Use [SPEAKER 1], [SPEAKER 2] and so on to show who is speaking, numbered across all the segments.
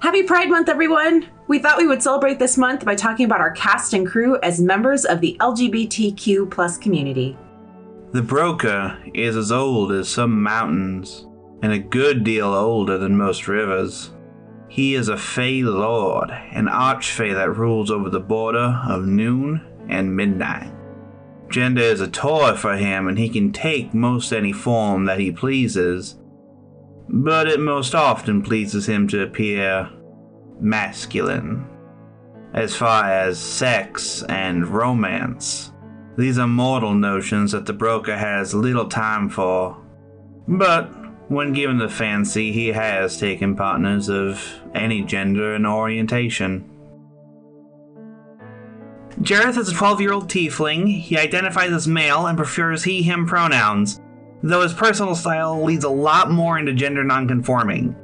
[SPEAKER 1] Happy Pride Month, everyone! We thought we would celebrate this month by talking about our cast and crew as members of the LGBTQ plus community.
[SPEAKER 2] The Broca is as old as some mountains, and a good deal older than most rivers. He is a Fey Lord, an Archfey that rules over the border of noon and midnight. Gender is a toy for him, and he can take most any form that he pleases, but it most often pleases him to appear masculine. As far as sex and romance, these are mortal notions that the broker has little time for. But when given the fancy, he has taken partners of any gender and orientation. Jareth is a 12 year old tiefling. He identifies as male and prefers he him pronouns, though his personal style leads a lot more into gender nonconforming.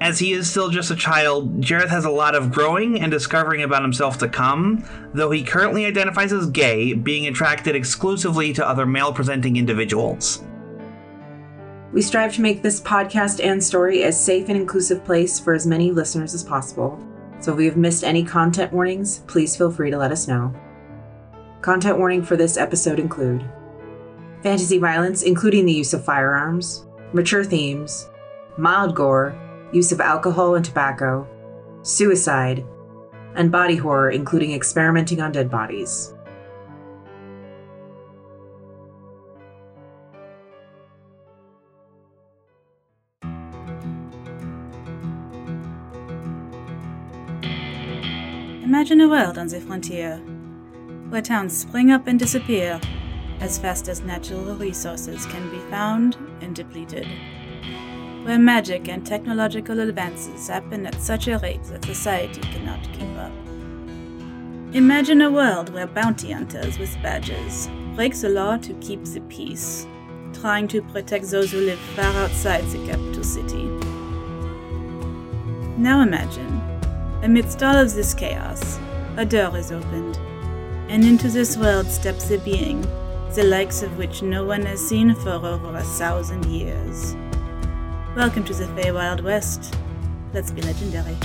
[SPEAKER 2] As he is still just a child, Jareth has a lot of growing and discovering about himself to come, though he currently identifies as gay, being attracted exclusively to other male presenting individuals.
[SPEAKER 1] We strive to make this podcast and story as safe and inclusive place for as many listeners as possible. So if we have missed any content warnings, please feel free to let us know. Content warning for this episode include fantasy violence, including the use of firearms, mature themes, mild gore, use of alcohol and tobacco, suicide, and body horror, including experimenting on dead bodies.
[SPEAKER 3] Imagine a world on the frontier, where towns spring up and disappear as fast as natural resources can be found and depleted. Where magic and technological advances happen at such a rate that society cannot keep up. Imagine a world where bounty hunters with badges break the law to keep the peace, trying to protect those who live far outside the capital city. Now imagine, amidst all of this chaos, a door is opened, and into this world steps a being, the likes of which no one has seen for over a thousand years. Welcome to the Feywild West. Let's be legendary.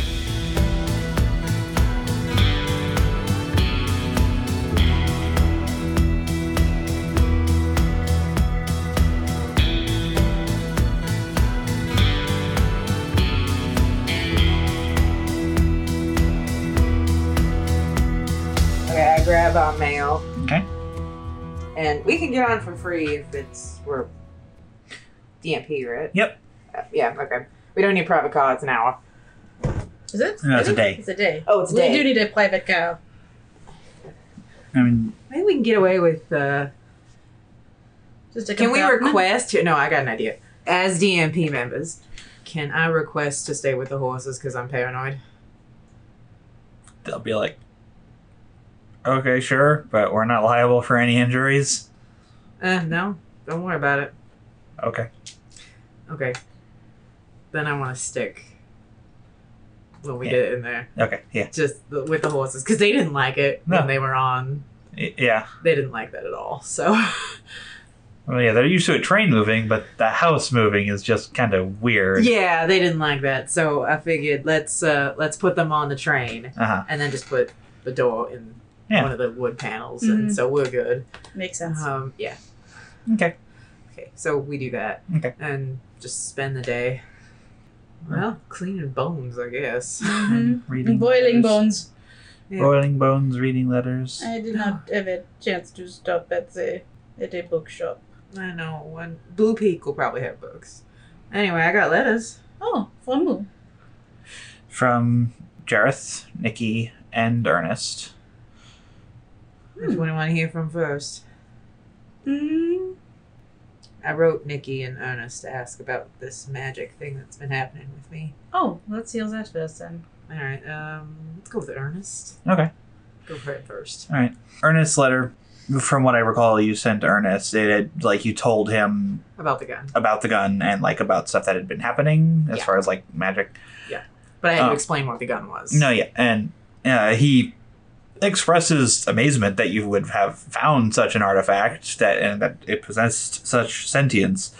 [SPEAKER 1] Okay, I grab a mail,
[SPEAKER 2] Okay.
[SPEAKER 1] and we can get on for free if it's we're DMP, right?
[SPEAKER 2] Yep.
[SPEAKER 1] Uh, yeah, okay. We don't need private car. It's an hour.
[SPEAKER 4] Is it?
[SPEAKER 2] No, it's a
[SPEAKER 4] I think
[SPEAKER 2] day.
[SPEAKER 4] It's a day.
[SPEAKER 1] Oh, it's a
[SPEAKER 4] we
[SPEAKER 1] day.
[SPEAKER 4] do need a private car.
[SPEAKER 2] I mean,
[SPEAKER 1] Maybe we can get away with. Uh,
[SPEAKER 4] Just a
[SPEAKER 1] can we
[SPEAKER 4] compartment.
[SPEAKER 1] request? No, I got an idea. As DMP members, can I request to stay with the horses because I'm paranoid?
[SPEAKER 2] they'll be like, okay, sure, but we're not liable for any injuries.
[SPEAKER 1] Uh, no, don't worry about it.
[SPEAKER 2] Okay.
[SPEAKER 1] Okay. Then I want to stick when we
[SPEAKER 2] Yeah.
[SPEAKER 1] get in there,
[SPEAKER 2] Okay. Yeah.
[SPEAKER 1] just the, with the horses, because they didn't like it
[SPEAKER 2] No.
[SPEAKER 1] when they were on.
[SPEAKER 2] Y- Yeah.
[SPEAKER 1] They didn't like that at all. So
[SPEAKER 2] Well, yeah, they're used to a train moving, but the house moving is just kind of weird.
[SPEAKER 1] yeah, they didn't like that. So I figured let's uh, let's put them on the train
[SPEAKER 2] Uh-huh.
[SPEAKER 1] and then just put the door in
[SPEAKER 2] Yeah.
[SPEAKER 1] one of the wood panels,
[SPEAKER 4] Mhm.
[SPEAKER 1] and so we're good.
[SPEAKER 4] Makes sense.
[SPEAKER 1] Um, yeah.
[SPEAKER 2] Okay.
[SPEAKER 1] Okay, so we do that.
[SPEAKER 2] Okay.
[SPEAKER 1] And just spend the day. Well, cleaning bones, I guess.
[SPEAKER 4] Mhm.
[SPEAKER 2] Reading
[SPEAKER 4] Boiling
[SPEAKER 2] letters.
[SPEAKER 4] bones.
[SPEAKER 1] Yeah.
[SPEAKER 2] Boiling bones, reading letters.
[SPEAKER 4] I did not have a chance to stop at the at a bookshop.
[SPEAKER 1] I know. One Blue Peak will probably have books. Anyway, I got letters.
[SPEAKER 4] Oh, from who?
[SPEAKER 2] From Jareth, Nikki, and Ernest. Hmm.
[SPEAKER 1] Which one do you want to hear from first?
[SPEAKER 4] Mm,
[SPEAKER 1] I wrote Nikki and Ernest to ask about this magic thing that's been happening with me.
[SPEAKER 4] oh, let's hear that first then.
[SPEAKER 1] All right, um, let's go with Ernest.
[SPEAKER 2] Okay.
[SPEAKER 1] Go for it first.
[SPEAKER 2] All right. Ernest's letter, from what I recall, you sent Ernest. It had, like, you told him
[SPEAKER 1] About the gun,
[SPEAKER 2] about the gun and, like, about stuff that had been happening as
[SPEAKER 1] Yeah.
[SPEAKER 2] far as, like, magic.
[SPEAKER 1] but I had
[SPEAKER 2] Oh.
[SPEAKER 1] to explain what the gun was.
[SPEAKER 2] No, yeah, and uh, he expresses amazement that you would have found such an artifact that and that it possessed such sentience.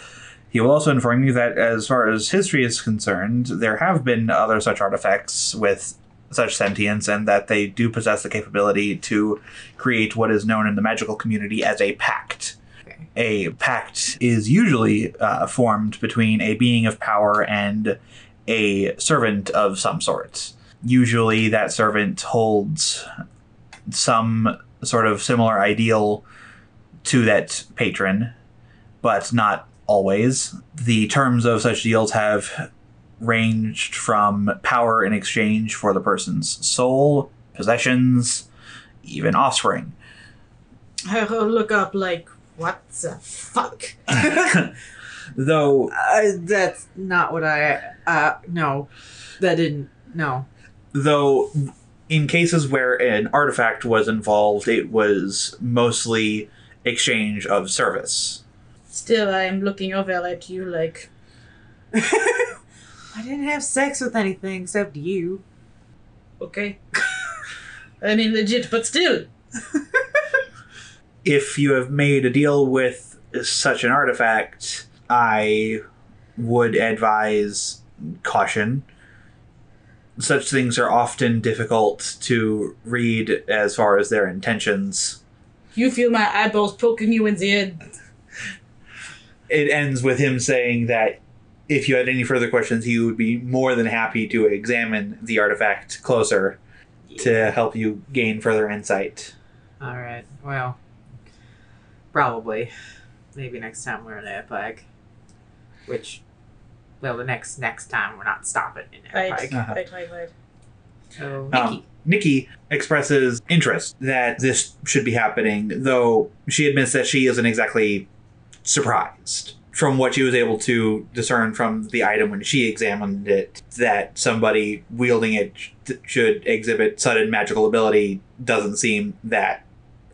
[SPEAKER 5] He will also inform you that, as far as history is concerned, there have been other such artifacts with such sentience, and that they do possess the capability to create what is known in the magical community as a pact. A pact is usually uh, formed between a being of power and a servant of some sort. Usually, that servant holds some sort of similar ideal to that patron, but not always. The terms of such deals have ranged from power in exchange for the person's soul, possessions, even offspring.
[SPEAKER 4] I will look up like what the fuck.
[SPEAKER 5] Though
[SPEAKER 4] Uh, that's not what I. Uh, no, that didn't. No.
[SPEAKER 5] though in cases where an artifact was involved, it was mostly exchange of service.
[SPEAKER 4] Still, I am looking over at you like
[SPEAKER 1] I didn't have sex with anything except you.
[SPEAKER 4] okay. I mean, legit, but still.
[SPEAKER 5] If you have made a deal with such an artifact, I would advise caution. Such things are often difficult to read as far as their intentions.
[SPEAKER 4] You feel my eyeballs poking you in the head.
[SPEAKER 5] It ends with him saying that if you had any further questions, he would be more than happy to examine the artifact closer to help you gain further insight.
[SPEAKER 1] All right. Well, probably. Maybe next time we're in Airpag. Which, well, the next next time we're not stopping in
[SPEAKER 4] Right,
[SPEAKER 1] Airpag.
[SPEAKER 5] Uh-huh.
[SPEAKER 4] right, right, right.
[SPEAKER 1] So
[SPEAKER 5] Um, Nikki expresses interest that this should be happening, though she admits that she isn't exactly surprised. From what she was able to discern from the item when she examined it, that somebody wielding it sh- should exhibit sudden magical ability doesn't seem that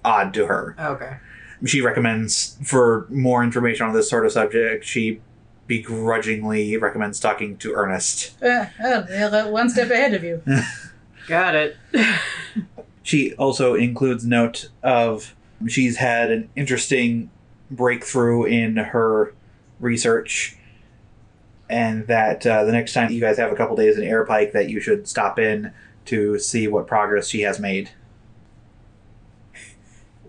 [SPEAKER 5] odd to her
[SPEAKER 1] Oh, okay.
[SPEAKER 5] she recommends for more information on this sort of subject she begrudgingly recommends talking to ernest
[SPEAKER 4] Uh, oh, they're uh, one step ahead of you.
[SPEAKER 1] Got it.
[SPEAKER 5] she also includes note of she's had an interesting breakthrough in her research and that uh, the next time you guys have a couple days in airpike that you should stop in to see what progress she has made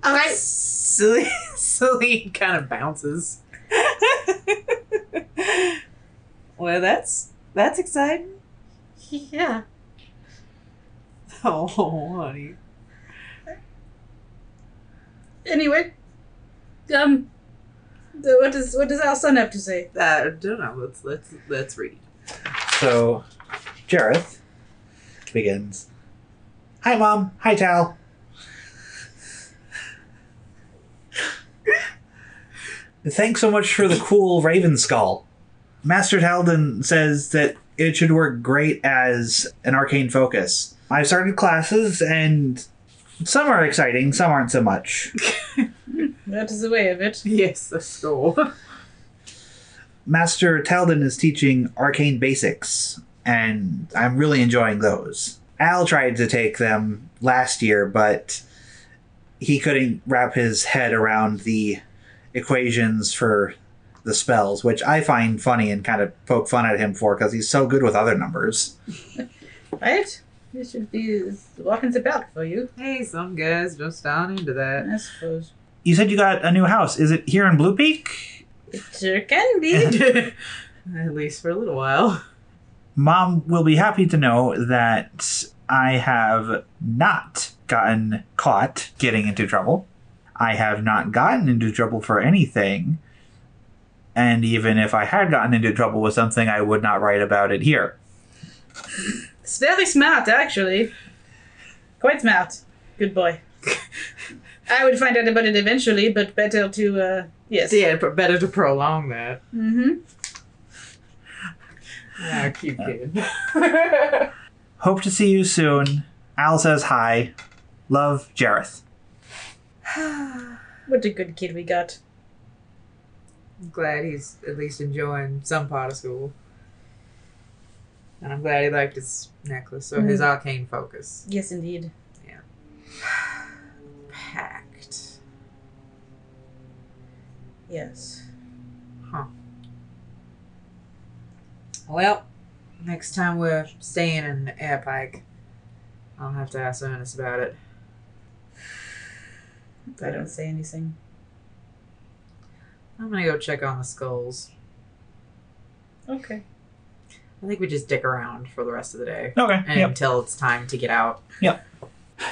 [SPEAKER 1] All right. Celine, Celine kind of bounces.
[SPEAKER 6] Well, that's that's exciting.
[SPEAKER 4] Yeah.
[SPEAKER 6] Oh, honey.
[SPEAKER 4] Anyway, um, the, what does what does our son have to say?
[SPEAKER 1] Uh, I don't know. Let's let's let's read.
[SPEAKER 5] So, Jareth begins. Hi, Mom. Hi, Tal. Thanks so much for the cool Raven Skull. Master Talden says that it should work great as an arcane focus. I've started classes, and some are exciting, some aren't so much.
[SPEAKER 4] That is the way of it.
[SPEAKER 1] Yes, the school.
[SPEAKER 5] Master Talden is teaching arcane basics, and I'm really enjoying those. Al tried to take them last year, but he couldn't wrap his head around the equations for the spells, which I find funny and kind of poke fun at him for because he's so good with other numbers.
[SPEAKER 4] Right? This should be walking the park for you,
[SPEAKER 1] hey, some guys just aren't into that.
[SPEAKER 4] I suppose.
[SPEAKER 5] You said you got a new house. Is it here in Blue Peak?
[SPEAKER 4] It sure can be.
[SPEAKER 1] At least for a little while.
[SPEAKER 5] Mom will be happy to know that I have not gotten caught getting into trouble. I have not gotten into trouble for anything. And even if I had gotten into trouble with something, I would not write about it here.
[SPEAKER 4] it's very smart, actually. Quite smart. Good boy. I would find out about it eventually, but better to, uh, yes.
[SPEAKER 1] Yeah, but better to prolong that.
[SPEAKER 4] Mm-hmm.
[SPEAKER 1] Yeah, cute kid.
[SPEAKER 5] Hope to see you soon. Al says hi. Love, Jareth.
[SPEAKER 4] What a good kid we got.
[SPEAKER 1] I'm glad he's at least enjoying some part of school. And I'm glad he liked his necklace or
[SPEAKER 5] Mm.
[SPEAKER 1] his arcane focus.
[SPEAKER 4] Yes, indeed.
[SPEAKER 1] Packed.
[SPEAKER 4] Yes.
[SPEAKER 1] Huh. Well,
[SPEAKER 6] Next time we're staying in the air bike, I'll have to ask Ernest about it.
[SPEAKER 7] I don't say anything.
[SPEAKER 6] I'm gonna go check on the skulls.
[SPEAKER 7] Okay.
[SPEAKER 6] I think we just dick around for the rest of the day
[SPEAKER 5] Okay.
[SPEAKER 6] and until it's time to get out.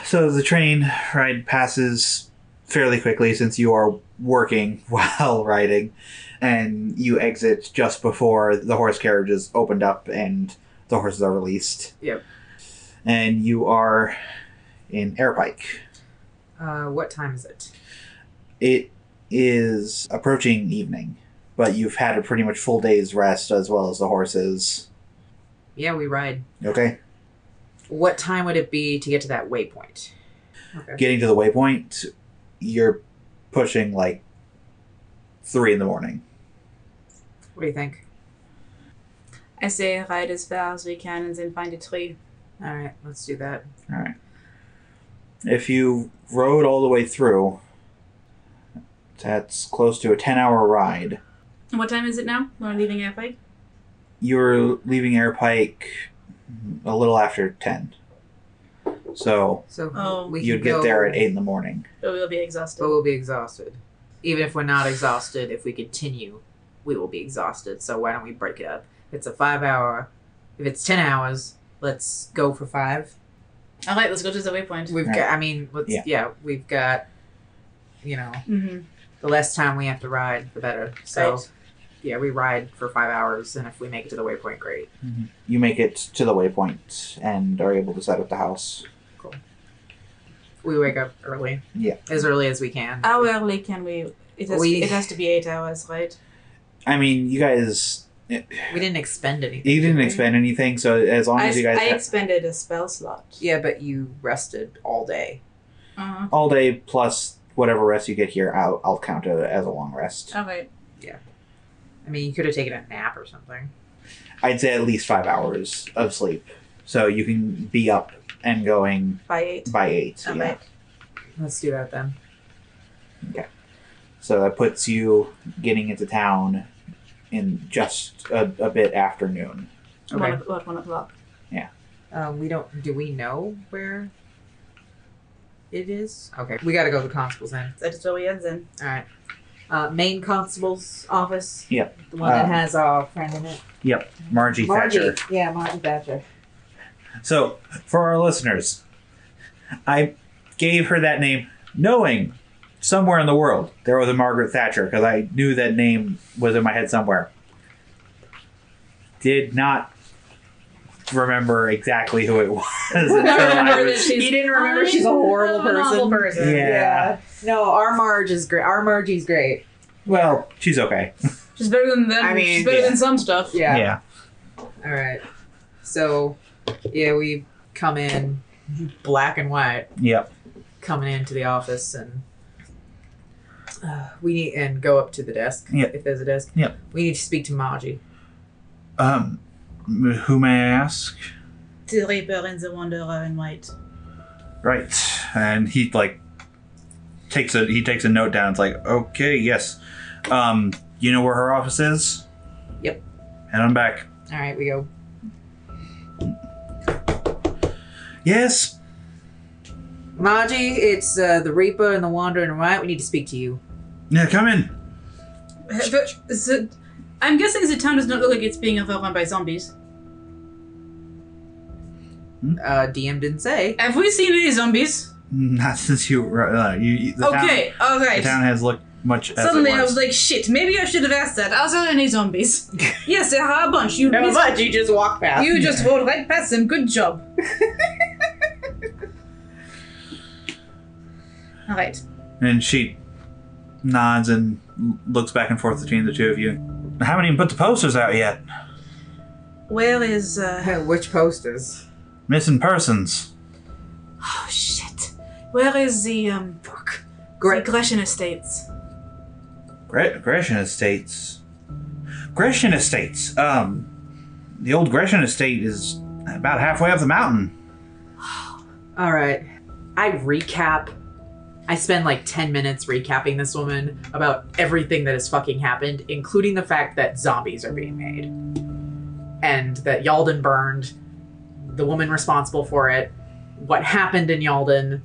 [SPEAKER 5] So the train ride passes fairly quickly since you are working while riding, and you exit just before the horse carriage is opened up and the horses are released.
[SPEAKER 6] Yep.
[SPEAKER 5] And you are in Airpike.
[SPEAKER 6] Uh, what time is it?
[SPEAKER 5] It is approaching evening, but you've had a pretty much full day's rest as well as the horses.
[SPEAKER 6] Yeah, we ride.
[SPEAKER 5] Okay.
[SPEAKER 6] What time would it be to get to that waypoint? Okay.
[SPEAKER 5] Getting to the waypoint, you're pushing like three in the morning.
[SPEAKER 6] What do you think?
[SPEAKER 4] I say ride as far as we can and then find a tree.
[SPEAKER 6] All right, let's do that.
[SPEAKER 5] All right. If you rode all the way through, that's close to a 10 hour ride.
[SPEAKER 4] What time is it now? We're leaving Airpike?
[SPEAKER 5] You're leaving Airpike a little after 10. So
[SPEAKER 6] So
[SPEAKER 4] Oh.
[SPEAKER 6] we
[SPEAKER 5] you'd
[SPEAKER 6] can
[SPEAKER 5] get
[SPEAKER 6] go,
[SPEAKER 5] there at 8 in the morning.
[SPEAKER 4] But we'll be exhausted.
[SPEAKER 6] but we'll be exhausted. Even if we're not exhausted, if we continue, we will be exhausted. So why don't we break it up? If it's a five hour, if it's ten hours, let's go for five.
[SPEAKER 4] All right, let's go to the waypoint.
[SPEAKER 6] We've
[SPEAKER 5] Right.
[SPEAKER 6] got. I mean, let's.
[SPEAKER 5] Yeah.
[SPEAKER 6] Yeah. we've got. You know,
[SPEAKER 4] Mm-hmm.
[SPEAKER 6] the less time we have to ride, the better. So,
[SPEAKER 4] Right.
[SPEAKER 6] yeah, we ride for five hours, and if we make it to the waypoint, great.
[SPEAKER 5] You make it to the waypoint and are able to set up the house.
[SPEAKER 6] We wake up early.
[SPEAKER 5] Yeah.
[SPEAKER 6] As early as we can.
[SPEAKER 4] How early can we? It has,
[SPEAKER 6] We-
[SPEAKER 4] it has to be eight hours, right?
[SPEAKER 5] I mean, you guys.
[SPEAKER 6] we didn't expend anything.
[SPEAKER 5] You didn't
[SPEAKER 6] did we?
[SPEAKER 5] expend anything, so as long
[SPEAKER 4] I,
[SPEAKER 5] as you guys
[SPEAKER 4] I
[SPEAKER 5] have-
[SPEAKER 4] expended a spell slot.
[SPEAKER 6] Yeah, but you rested all day.
[SPEAKER 4] Uh-huh.
[SPEAKER 5] all day plus whatever rest you get here, I'll, I'll count it as a long rest.
[SPEAKER 4] All right.
[SPEAKER 6] I mean, you could have taken a nap or something.
[SPEAKER 5] I'd say at least five hours of sleep. So you can be up and going
[SPEAKER 4] By eight.
[SPEAKER 5] by eight.
[SPEAKER 4] All
[SPEAKER 5] yeah.
[SPEAKER 4] right.
[SPEAKER 6] Let's do that then.
[SPEAKER 5] So that puts you getting into town in just a, a bit after noon.
[SPEAKER 4] One,
[SPEAKER 6] Okay.
[SPEAKER 4] o- what, one o'clock.
[SPEAKER 6] Um, we don't. Do we know where it is? Okay, we got to go to the constables then.
[SPEAKER 4] That is where we end then.
[SPEAKER 6] All right. Uh, main constable's office.
[SPEAKER 5] Yep.
[SPEAKER 6] The one that
[SPEAKER 5] Uh,
[SPEAKER 6] has our friend in it.
[SPEAKER 5] Margie, Thatcher.
[SPEAKER 6] Yeah, Martin Thatcher.
[SPEAKER 5] So for our listeners, I gave her that name knowing somewhere in the world there was a Margaret Thatcher because I knew that name was in my head somewhere. Did not remember exactly who it was. until I was
[SPEAKER 1] he didn't remember she's a horrible
[SPEAKER 7] I'm a
[SPEAKER 1] person.
[SPEAKER 7] Horrible person.
[SPEAKER 5] Yeah.
[SPEAKER 6] No, our Marge is great. Our Margie's great.
[SPEAKER 5] Well, she's okay.
[SPEAKER 4] She's better than them.
[SPEAKER 6] I mean,
[SPEAKER 4] she's better
[SPEAKER 5] yeah.
[SPEAKER 4] than some stuff.
[SPEAKER 6] Yeah. All right. So, yeah, we come in black and white.
[SPEAKER 5] Yep.
[SPEAKER 6] coming into the office and uh, we need and go up to the desk
[SPEAKER 5] Yeah.
[SPEAKER 6] if there's a desk.
[SPEAKER 5] Yeah.
[SPEAKER 6] We need to speak to Margie.
[SPEAKER 5] Um, who may I ask?
[SPEAKER 7] The Reaper and the Wanderer in white.
[SPEAKER 5] Right. And he like takes a he takes a note down. It's like, okay, yes. Um, you know where her office is?
[SPEAKER 6] Yep.
[SPEAKER 5] And I'm back.
[SPEAKER 6] All right, we go.
[SPEAKER 5] Yes.
[SPEAKER 6] Margie, it's uh, the Reaper and the Wanderer and Right. We need to speak to you.
[SPEAKER 5] Yeah, come in.
[SPEAKER 4] But the- I'm guessing the town does not look like it's being overrun by zombies.
[SPEAKER 6] Uh, DM didn't say.
[SPEAKER 4] Have we seen any zombies?
[SPEAKER 5] Not since you were- uh, you, you the
[SPEAKER 4] okay, all
[SPEAKER 5] Town, the
[SPEAKER 4] right.
[SPEAKER 5] town has looked much as
[SPEAKER 4] Suddenly
[SPEAKER 5] it
[SPEAKER 4] I
[SPEAKER 5] was.
[SPEAKER 4] was like, shit, maybe I should have asked that. Are there any zombies? yes, there are a bunch. You
[SPEAKER 1] Never
[SPEAKER 4] missed-
[SPEAKER 1] mind, you just walk past.
[SPEAKER 4] You just rode right past them. Good job. all right.
[SPEAKER 5] and she nods and looks back and forth between the two of you. I haven't even put the posters out yet.
[SPEAKER 4] Where is uh
[SPEAKER 6] Which posters?
[SPEAKER 5] Missing persons.
[SPEAKER 4] oh shit. Where is the um fuck
[SPEAKER 6] Great.
[SPEAKER 4] the Gresham Estates?
[SPEAKER 5] Gre- Gresham Estates. Gresham Estates. Um, the old Gresham Estate is about halfway up the mountain.
[SPEAKER 6] All right. I recap. I spend like 10 minutes recapping this woman about everything that has fucking happened, including the fact that zombies are being made. and that Yalden burned, the woman responsible for it, what happened in Yalden,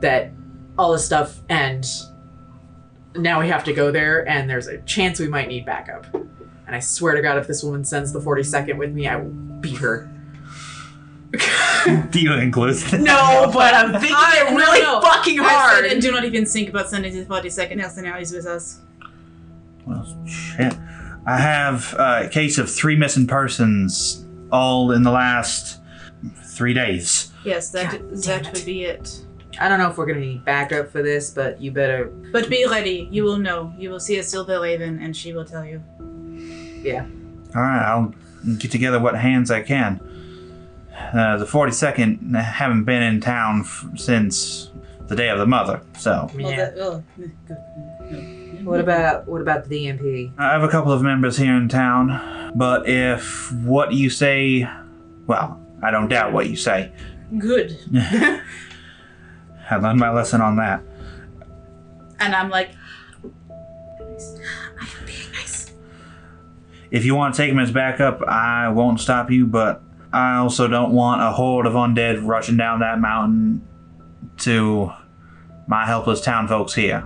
[SPEAKER 6] that all this stuff, and now we have to go there, and there's a chance we might need backup. And I swear to God, if this woman sends the 42nd with me, I will beat her.
[SPEAKER 5] Do you include that?
[SPEAKER 6] No, but I'm thinking it really
[SPEAKER 4] no, no.
[SPEAKER 6] fucking
[SPEAKER 4] I
[SPEAKER 6] hard.
[SPEAKER 4] said, and do not even think about sending his body second else, and now he's with us.
[SPEAKER 5] Well, shit. I have uh, a case of three missing persons, all in the last three days.
[SPEAKER 4] Yes, that
[SPEAKER 6] God damn
[SPEAKER 4] that
[SPEAKER 6] it.
[SPEAKER 4] would be it.
[SPEAKER 6] I don't know if we're gonna need backup for this, but you better.
[SPEAKER 4] But be ready. You will know. You will see a silver raven, and she will tell you.
[SPEAKER 5] All right, I'll get together what hands I can. Uh, the 42nd haven't been in town f- since the day of the mother, so
[SPEAKER 4] Well,
[SPEAKER 6] Yeah.
[SPEAKER 4] that- well, good. Mm-hmm.
[SPEAKER 6] What about what about the DMP?
[SPEAKER 5] I have a couple of members here in town. But if what you say, well, I don't doubt what you say.
[SPEAKER 4] Good.
[SPEAKER 5] I learned my lesson on that.
[SPEAKER 4] And I'm like,
[SPEAKER 5] If you want to take him as backup, I won't stop you, but I also don't want a horde of undead rushing down that mountain to my helpless town folks here.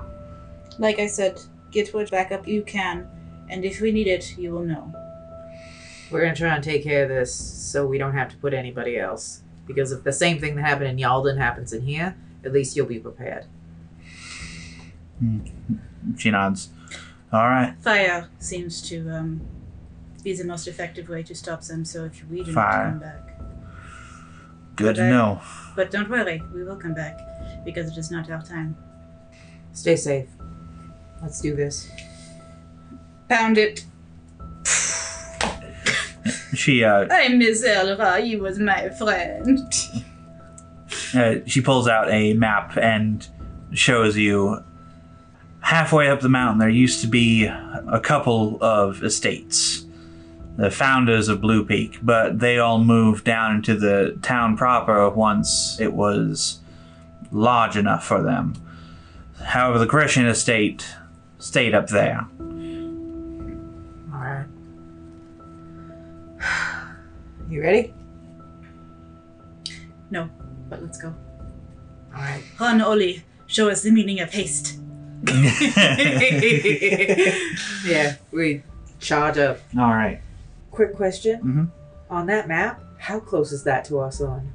[SPEAKER 4] like I said, get what backup you can, and if we need it, you will know.
[SPEAKER 6] We're gonna try and take care of this so we don't have to put anybody else. Because if the same thing that happened in Yalden happens in here, at least you'll be prepared.
[SPEAKER 5] She nods. All right,
[SPEAKER 4] Fire seems to um, be the most effective way to stop them. So if we do
[SPEAKER 5] Fire.
[SPEAKER 4] not come back,
[SPEAKER 5] good to
[SPEAKER 4] Okay.
[SPEAKER 5] know.
[SPEAKER 4] but don't worry, we will come back because it is not our time.
[SPEAKER 6] Stay safe. Let's do this.
[SPEAKER 4] Pound it.
[SPEAKER 5] She uh,
[SPEAKER 4] I miss Elra. You was my friend.
[SPEAKER 5] uh, she pulls out a map and shows you halfway up the mountain there used to be a couple of estates the founders of blue peak but they all moved down into the town proper once it was large enough for them however the christian estate stayed up there
[SPEAKER 6] Alright. You ready?
[SPEAKER 4] No, but let's go.
[SPEAKER 6] Alright.
[SPEAKER 4] Ron Oli, show us the meaning of haste.
[SPEAKER 6] Yeah, we charge up.
[SPEAKER 5] all right
[SPEAKER 6] Quick question.
[SPEAKER 5] Mhm.
[SPEAKER 6] On that map, how close is that to us on?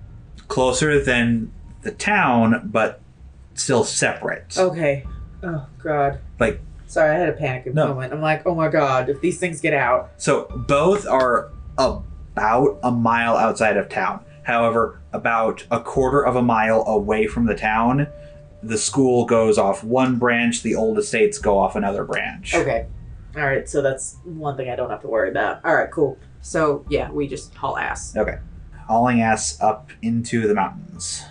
[SPEAKER 5] closer than the town but still separate
[SPEAKER 6] Okay. Oh god.
[SPEAKER 5] Like-
[SPEAKER 6] Sorry, I had a panic
[SPEAKER 5] No.
[SPEAKER 6] moment. I'm like, oh my god, if these things get out.
[SPEAKER 5] So both are about a mile outside of town. However, about a quarter of a mile away from the town, the school goes off one branch, the old estates go off another branch.
[SPEAKER 6] Okay. All right. So that's one thing I don't have to worry about. All right. Cool. So yeah, we just haul ass.
[SPEAKER 5] hauling ass up into the mountains.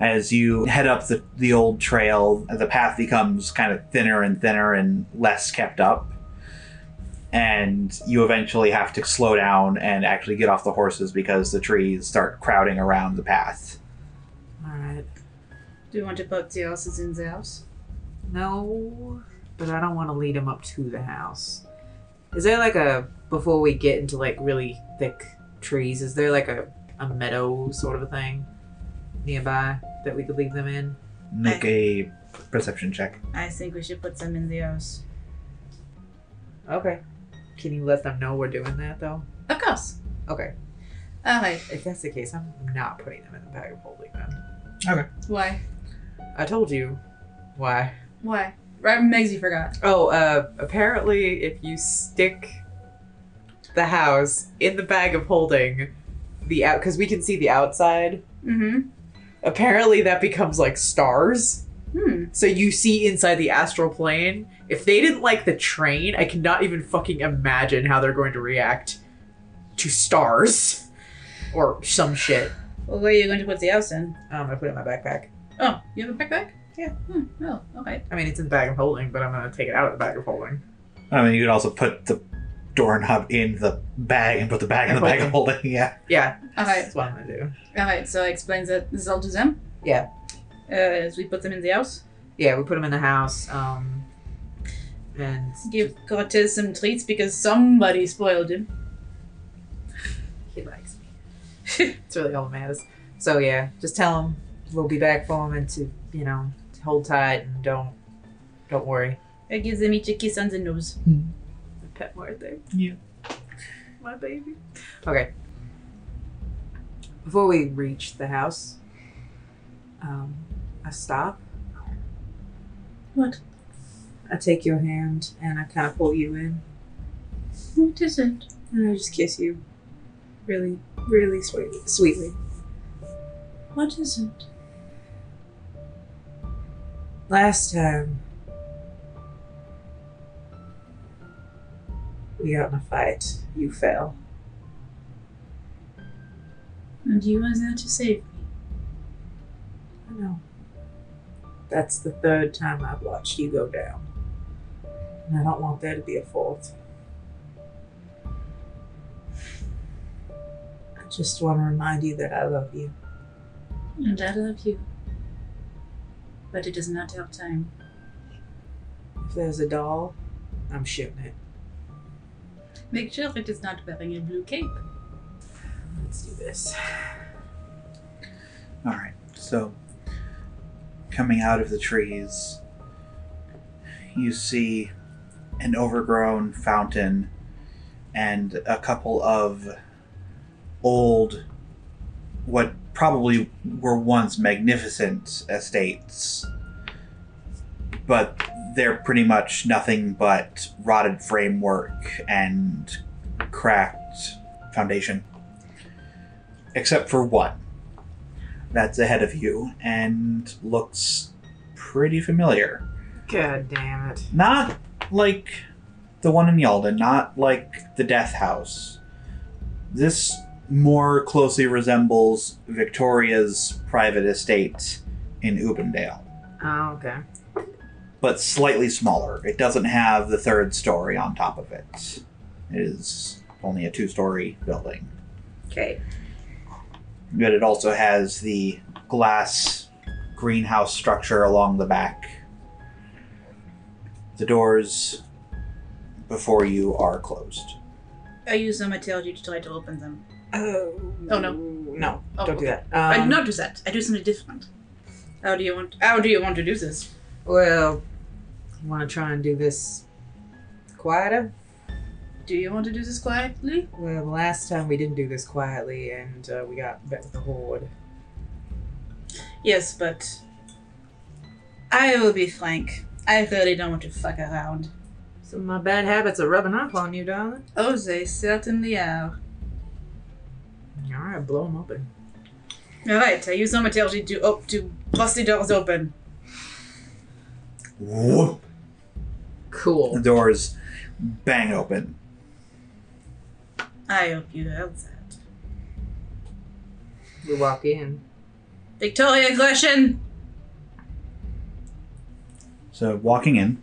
[SPEAKER 5] As you head up the, the old trail, the path becomes kind of thinner and thinner and less kept up. And you eventually have to slow down and actually get off the horses because the trees start crowding around the path.
[SPEAKER 6] All right.
[SPEAKER 4] Do you want to put the horses in the house?
[SPEAKER 6] No, but I don't want to lead him up to the house. Is there like a before we get into like really thick trees? Is there like a a meadow sort of a thing nearby that we could leave them in?
[SPEAKER 5] Make a perception check.
[SPEAKER 4] I think we should put them in the house.
[SPEAKER 6] Okay. Can you let them know we're doing that though?
[SPEAKER 4] Of course. Uh,
[SPEAKER 6] Okay.
[SPEAKER 4] All right.
[SPEAKER 6] If that's the case, I'm not putting them in the bag of holding then.
[SPEAKER 4] Why?
[SPEAKER 6] I told you why.
[SPEAKER 4] Why? Right, Megs, you forgot.
[SPEAKER 6] Oh, uh, apparently, if you stick the house in the bag of holding, the out because we can see the outside.
[SPEAKER 4] Mm-hmm.
[SPEAKER 6] Apparently, that becomes like stars.
[SPEAKER 4] Hmm.
[SPEAKER 6] So you see inside the astral plane. If they didn't like the train, I cannot even fucking imagine how they're going to react to stars or some shit.
[SPEAKER 4] Well, where are you going to put the house in?
[SPEAKER 6] I'm gonna put it in my backpack.
[SPEAKER 4] Oh, you have a backpack?
[SPEAKER 6] Yeah.
[SPEAKER 4] Hmm. Oh, okay.
[SPEAKER 6] I mean, it's in the bag of holding, but I'm gonna take it out of the bag of holding.
[SPEAKER 5] I mean, you could also put the doorknob in the bag and put the bag in the bag of holding. Yeah.
[SPEAKER 6] Yeah,
[SPEAKER 4] All right.
[SPEAKER 6] that's what I'm gonna do.
[SPEAKER 4] All right. So I explain that this all to them.
[SPEAKER 6] Yeah.
[SPEAKER 4] Uh, so we put them in the house.
[SPEAKER 6] Yeah, we put them in the house. Um, and
[SPEAKER 4] Give Cortez some treats because somebody spoiled him.
[SPEAKER 8] He likes me. It's really all that matters. So yeah, just tell him we'll be back for him and to you know to hold tight and don't don't worry.
[SPEAKER 4] I give them each a kiss on the nose.
[SPEAKER 8] The pet word there.
[SPEAKER 4] My baby.
[SPEAKER 8] Okay. Before we reach the house, um, I stop.
[SPEAKER 4] What?
[SPEAKER 8] I take your hand and I kind of pull you in
[SPEAKER 4] What is it?
[SPEAKER 8] and I just kiss you, really, really sweet, sweetly.
[SPEAKER 4] What is it?
[SPEAKER 8] Last time we got in a fight, you fell.
[SPEAKER 4] And you are there to save me.
[SPEAKER 8] I know. That's the third time I've watched you go down. And I don't want there to be a fourth. I just want to remind you that I love you.
[SPEAKER 4] And I love you. But it is not our time.
[SPEAKER 8] If there's a doll, I'm shooting it.
[SPEAKER 4] Make sure it is not wearing a blue cape.
[SPEAKER 8] Um, Let's do this.
[SPEAKER 5] All right. So, coming out of the trees, you see an overgrown fountain and a couple of old, what probably were once magnificent estates, but they're pretty much nothing but rotted framework and cracked foundation. Except for one that's ahead of you and looks pretty familiar.
[SPEAKER 6] God damn it.
[SPEAKER 5] Not like the one in Yalda, not like the Death House. This more closely resembles Victoria's private estate in Ubendale,
[SPEAKER 6] Oh, okay.
[SPEAKER 5] but slightly smaller. It doesn't have the third story on top of it. It is only a two story building.
[SPEAKER 8] Okay.
[SPEAKER 5] but it also has the glass greenhouse structure along the back. The doors before you are closed.
[SPEAKER 4] I use some metallurgy to try to open them.
[SPEAKER 8] Oh.
[SPEAKER 4] Oh, no.
[SPEAKER 8] No.
[SPEAKER 4] Oh,
[SPEAKER 8] don't do
[SPEAKER 4] okay.
[SPEAKER 8] that. Um,
[SPEAKER 4] I do not do that. I do something different. How do you want? How do you want to do this?
[SPEAKER 8] Well, you want to try and do this quieter?
[SPEAKER 4] Do you want to do this quietly?
[SPEAKER 8] Well, the last time we didn't do this quietly, and uh, we got bit with the horde.
[SPEAKER 4] Yes, but I will be frank. I really don't want to fuck around.
[SPEAKER 8] Some of my bad habits are rubbing off on you, darling.
[SPEAKER 4] Oh, they certainly are.
[SPEAKER 8] All right, blow them open.
[SPEAKER 4] All right, I use some metallurgy to op- to bust the doors open.
[SPEAKER 5] Whoop! The
[SPEAKER 6] Cool.
[SPEAKER 5] doors bang open.
[SPEAKER 4] I hope you heard that.
[SPEAKER 8] We walk in.
[SPEAKER 4] Victoria Gresham.
[SPEAKER 5] So, walking in,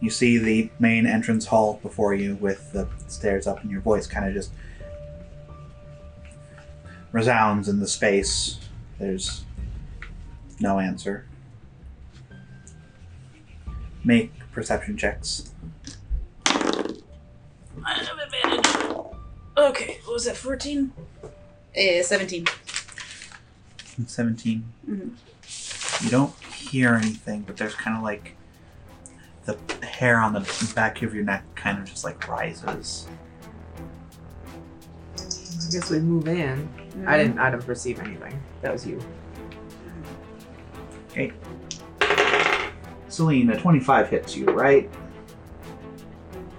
[SPEAKER 5] you see the main entrance hall before you with the stairs up, and your voice kind of just resounds in the space. There's no answer. Make perception checks.
[SPEAKER 4] I have advantage. Okay, what was that? Fourteen. Uh, seventeen.
[SPEAKER 5] 17.
[SPEAKER 4] Mhm.
[SPEAKER 5] You don't hear anything, but there's kind of like the hair on the back of your neck kind of just like rises.
[SPEAKER 6] I guess we move in. I
[SPEAKER 4] Mm-hmm.
[SPEAKER 6] didn't. I didn't perceive anything. That was you.
[SPEAKER 5] Celine, a 25 hits you, right?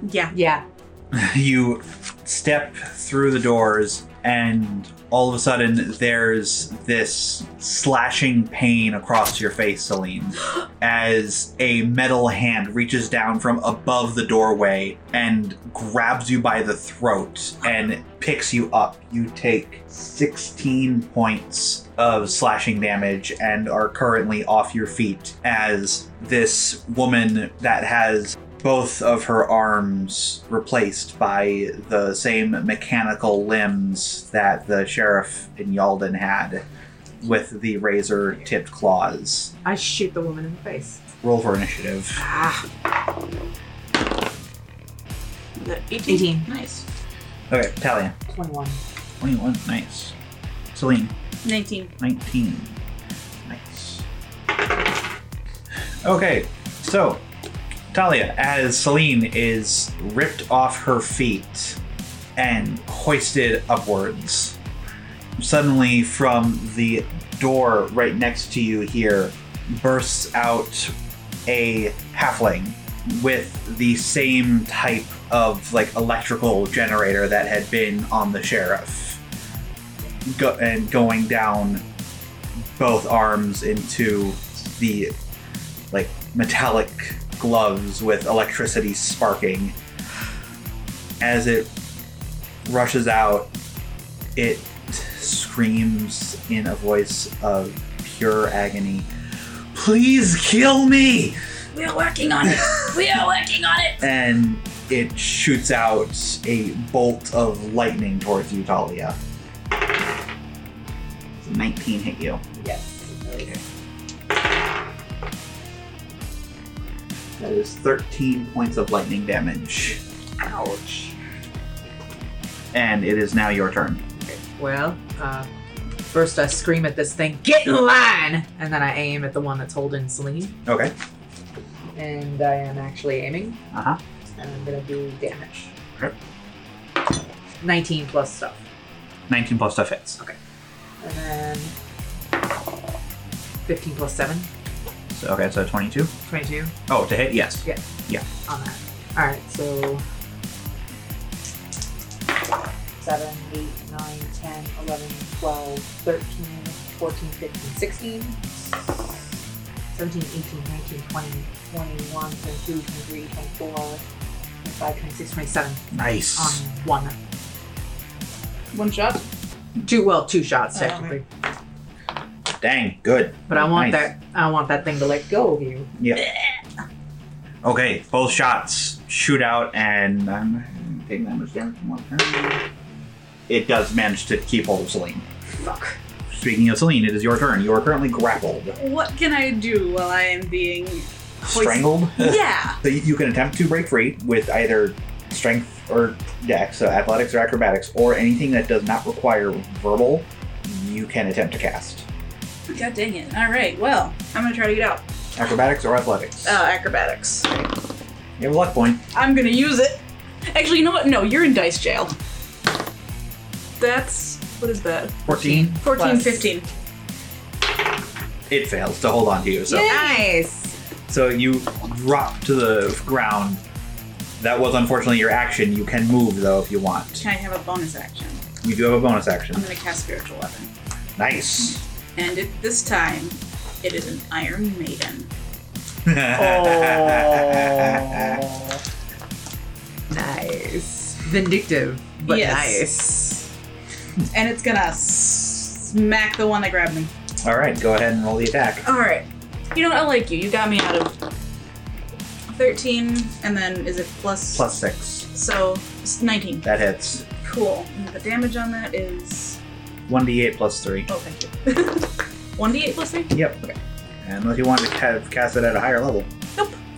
[SPEAKER 4] Yeah.
[SPEAKER 8] Yeah.
[SPEAKER 5] you step through the doors, and all of a sudden, there's this slashing pain across your face, Celine, as a metal hand reaches down from above the doorway and grabs you by the throat and picks you up. You take 16 points of slashing damage and are currently off your feet as this woman that has both of her arms replaced by the same mechanical limbs that the sheriff in Yalden had with the razor tipped claws.
[SPEAKER 6] I shoot the woman in the face.
[SPEAKER 5] Roll for initiative.
[SPEAKER 6] Ah.
[SPEAKER 4] The 18?
[SPEAKER 8] 18.
[SPEAKER 4] Nice.
[SPEAKER 5] Okay, Talia.
[SPEAKER 6] 21.
[SPEAKER 5] 21. Nice. Celine.
[SPEAKER 3] 19.
[SPEAKER 5] 19. Nice. Okay, so Talia, as Celine is ripped off her feet and hoisted upwards, suddenly from the door right next to you here bursts out a halfling with the same type of like electrical generator that had been on the sheriff go- and going down both arms into the like metallic gloves with electricity sparking as it rushes out it screams in a voice of pure agony please kill me
[SPEAKER 3] We are working on it. we are working on it.
[SPEAKER 5] and it shoots out a bolt of lightning towards you talia Does 19 hit you That is 13 points of lightning damage. Ouch. And it is now your turn.
[SPEAKER 8] Well, uh, first I scream at this thing, get in line! And then I aim at the one that's holding Celine.
[SPEAKER 5] Okay.
[SPEAKER 8] And I am actually aiming,
[SPEAKER 5] Uh huh.
[SPEAKER 8] and I'm gonna do damage.
[SPEAKER 5] Okay.
[SPEAKER 8] 19 plus stuff.
[SPEAKER 5] 19 plus stuff hits.
[SPEAKER 8] And then 15 plus 7,
[SPEAKER 5] So, okay, so 22.
[SPEAKER 8] 22
[SPEAKER 5] Oh, to hit? Yes.
[SPEAKER 8] on that. Alright, so. 7, 8, 9, 10, 11, 12, 13, 14, 15, 16. 17, 18, 19, 20, 21, 22, 23, 24, 25, 26, 27 on
[SPEAKER 5] Nice.
[SPEAKER 8] one.
[SPEAKER 4] One shot?
[SPEAKER 8] Two, well, two shots
[SPEAKER 4] Oh, okay.
[SPEAKER 8] technically.
[SPEAKER 5] Dang, good.
[SPEAKER 8] But I want
[SPEAKER 5] Nice.
[SPEAKER 8] that I want that thing to let go of you.
[SPEAKER 5] Yeah. Okay, both shots shoot out, and um, I'm taking that much damage in one turn. It does manage to keep hold of Celine.
[SPEAKER 3] Fuck.
[SPEAKER 5] Speaking of Celine, it is your turn. You are currently grappled.
[SPEAKER 3] What can I do while I am being.
[SPEAKER 5] Strangled?
[SPEAKER 3] Yeah.
[SPEAKER 5] So you- you can attempt to break free with either strength or dex, so athletics or acrobatics, or anything that does not require verbal, you can attempt to cast.
[SPEAKER 3] God dang it. All right. Well, I'm going to try to get out.
[SPEAKER 5] Acrobatics or athletics.
[SPEAKER 3] Uh, acrobatics.
[SPEAKER 5] You have a luck point.
[SPEAKER 3] I'm going to use it. Actually, you know what? No, you're in dice jail. That's. What is that?
[SPEAKER 5] 14.
[SPEAKER 3] 14,
[SPEAKER 8] Plus.
[SPEAKER 3] 15.
[SPEAKER 5] It fails to hold on to you. So,
[SPEAKER 8] Nice!
[SPEAKER 5] so you drop to the ground. That was unfortunately your action. You can move though if you want.
[SPEAKER 3] Can I have a bonus action?
[SPEAKER 5] You do have a bonus
[SPEAKER 3] I'm
[SPEAKER 5] action.
[SPEAKER 3] going to cast Spiritual Weapon.
[SPEAKER 5] Nice.
[SPEAKER 3] And it, this time, it is an Iron Maiden.
[SPEAKER 8] Nice. Vindictive, but
[SPEAKER 4] Yes.
[SPEAKER 8] nice.
[SPEAKER 4] And it's gonna s- smack the one that grabbed me.
[SPEAKER 5] All right, go ahead and roll the attack.
[SPEAKER 3] All right. You know what? I like you. You got me out of
[SPEAKER 4] 13, and then is it plus?
[SPEAKER 5] Plus six.
[SPEAKER 4] So, it's 19.
[SPEAKER 5] That hits.
[SPEAKER 4] Cool. And the damage on that is.
[SPEAKER 5] 1d8 plus three.
[SPEAKER 4] Oh, thank you. 1d8 plus 3?
[SPEAKER 5] Yep. Unless you want to ca- cast it at a higher level.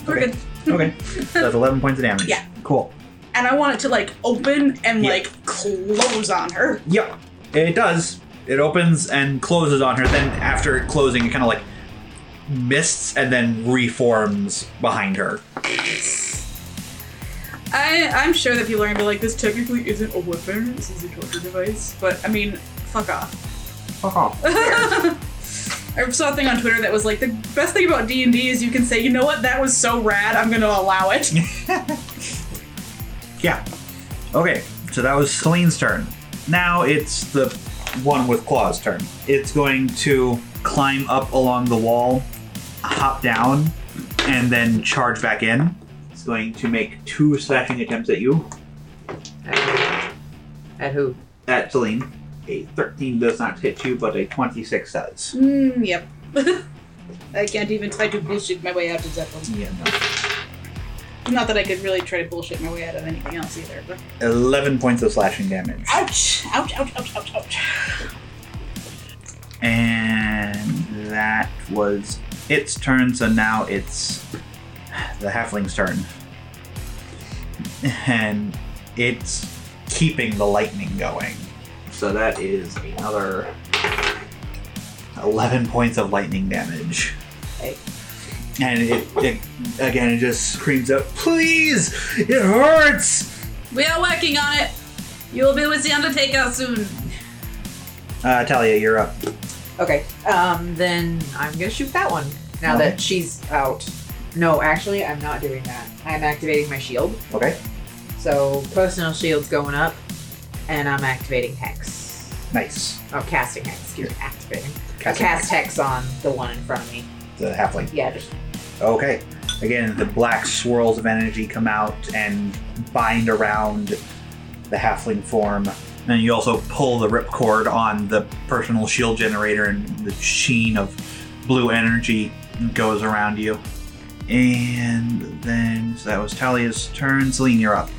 [SPEAKER 4] We're
[SPEAKER 5] Okay.
[SPEAKER 4] good.
[SPEAKER 5] Okay. so that's 11 points of damage.
[SPEAKER 4] Yeah.
[SPEAKER 5] Cool.
[SPEAKER 4] And I want it to, like, open and,
[SPEAKER 5] Yeah.
[SPEAKER 4] like, close on her.
[SPEAKER 5] Yep. It does. It opens and closes on her. Then after it closing, it kind of like mists and then reforms behind her.
[SPEAKER 4] I, I'm sure that people are gonna be like, this technically isn't a weapon, this is a torture device. But, I mean, fuck off.
[SPEAKER 5] Oh.
[SPEAKER 4] I saw a thing on Twitter that was like, the best thing about D&D is you can say, you know what, that was so rad, I'm gonna allow it.
[SPEAKER 5] Yeah. Okay. So that was Celine's turn. Now it's the one with claws turn. It's going to climb up along the wall, hop down, and then charge back in. It's going to make two slashing attempts at you.
[SPEAKER 8] At, Uh, at who?
[SPEAKER 5] at Celine. A 13 does not hit you, but a 26 does.
[SPEAKER 4] Mm, yep. I can't even try to bullshit my way out of Zeppelin.
[SPEAKER 5] Yeah, no.
[SPEAKER 4] Not that I could really try to bullshit my way out of anything else either, but.
[SPEAKER 5] 11 points of slashing damage.
[SPEAKER 4] Ouch! Ouch, ouch, ouch, ouch, ouch.
[SPEAKER 5] And that was its turn, so now it's the halfling's turn. and it's keeping the lightning going. So that is another 11 points of lightning damage.
[SPEAKER 8] Okay.
[SPEAKER 5] And it, it again, it just screams out, "Please! It hurts!"
[SPEAKER 4] We are working on it. You will be with the Undertaker soon.
[SPEAKER 5] Uh, Talia, you're up.
[SPEAKER 8] Okay. Um, then I'm gonna shoot that one. Now that she's out. No, actually, I'm not doing that. I'm activating my shield.
[SPEAKER 5] Okay.
[SPEAKER 8] So personal shield's going up, and I'm activating hex.
[SPEAKER 5] Nice.
[SPEAKER 8] Oh, casting hex. Excuse me, activating. I
[SPEAKER 5] Casting
[SPEAKER 8] cast hex on the one in front of me.
[SPEAKER 5] the halfling.
[SPEAKER 8] Yeah, just
[SPEAKER 5] Okay. Again, the black swirls of energy come out and bind around the halfling form. And you also pull the ripcord on the personal shield generator, and the sheen of blue energy goes around you. And then so that was Talia's turn. Celine, you're up.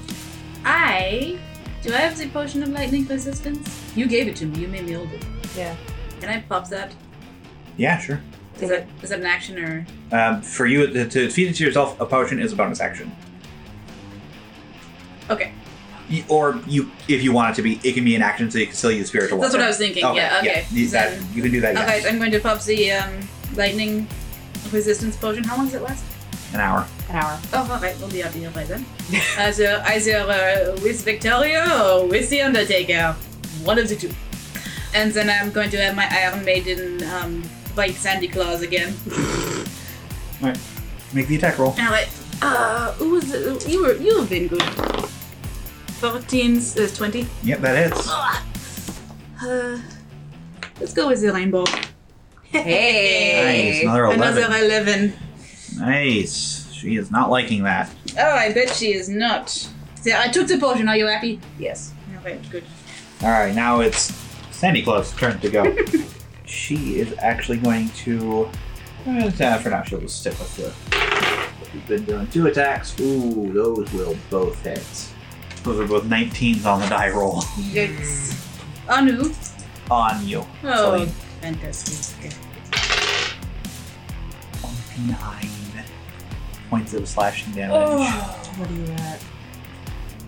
[SPEAKER 3] I do I have the potion of lightning resistance? You gave it to me. You made me older.
[SPEAKER 8] Yeah.
[SPEAKER 3] Can I pop that?
[SPEAKER 5] Yeah, sure.
[SPEAKER 3] Is that is that an action or?
[SPEAKER 5] Um, for you to, to feed it to yourself, a potion is a bonus action.
[SPEAKER 3] Okay.
[SPEAKER 5] Y- Or you, if you want it to be, it can be an action, so you can still use spiritual.
[SPEAKER 3] That's what
[SPEAKER 5] weapon.
[SPEAKER 3] I was thinking. Yeah. Okay.
[SPEAKER 5] you- that-
[SPEAKER 3] Then-
[SPEAKER 5] you can do that.
[SPEAKER 3] Okay.
[SPEAKER 5] Yes.
[SPEAKER 3] I'm going to pop the um, lightning resistance potion. How long does it last?
[SPEAKER 5] An hour.
[SPEAKER 8] an hour.
[SPEAKER 3] Oh, all right. We'll be out of here by then. either either uh, with Victoria or with the Undertaker, one of the two. And then I'm going to have my Iron Maiden um, bite Sandy Claws again.
[SPEAKER 5] Make the attack roll.
[SPEAKER 3] All right. Uh, who was it? you were you have been good. Fourteen is twenty.
[SPEAKER 5] Yep, that hits.
[SPEAKER 3] Uh, let's go with the rainbow.
[SPEAKER 5] Nice.
[SPEAKER 8] Hey.
[SPEAKER 5] Another eleven.
[SPEAKER 3] Another eleven.
[SPEAKER 5] Nice. She is not liking that.
[SPEAKER 3] Oh, I bet she is not. There, I took the potion. Are you happy?
[SPEAKER 8] Yes.
[SPEAKER 3] All right, good.
[SPEAKER 5] All right, now it's Sandy Claus' turn to go. she is actually going to. Uh, for now, she'll just stick with the. She's been doing two attacks. Ooh, those will both hit. Those are both 19s on the die roll
[SPEAKER 3] Yikes. Anu.
[SPEAKER 5] on you.
[SPEAKER 3] Oh,
[SPEAKER 5] Celine.
[SPEAKER 3] fantastic. Okay.
[SPEAKER 5] Nine points of slashing damage.
[SPEAKER 4] Oh.
[SPEAKER 8] What are you at?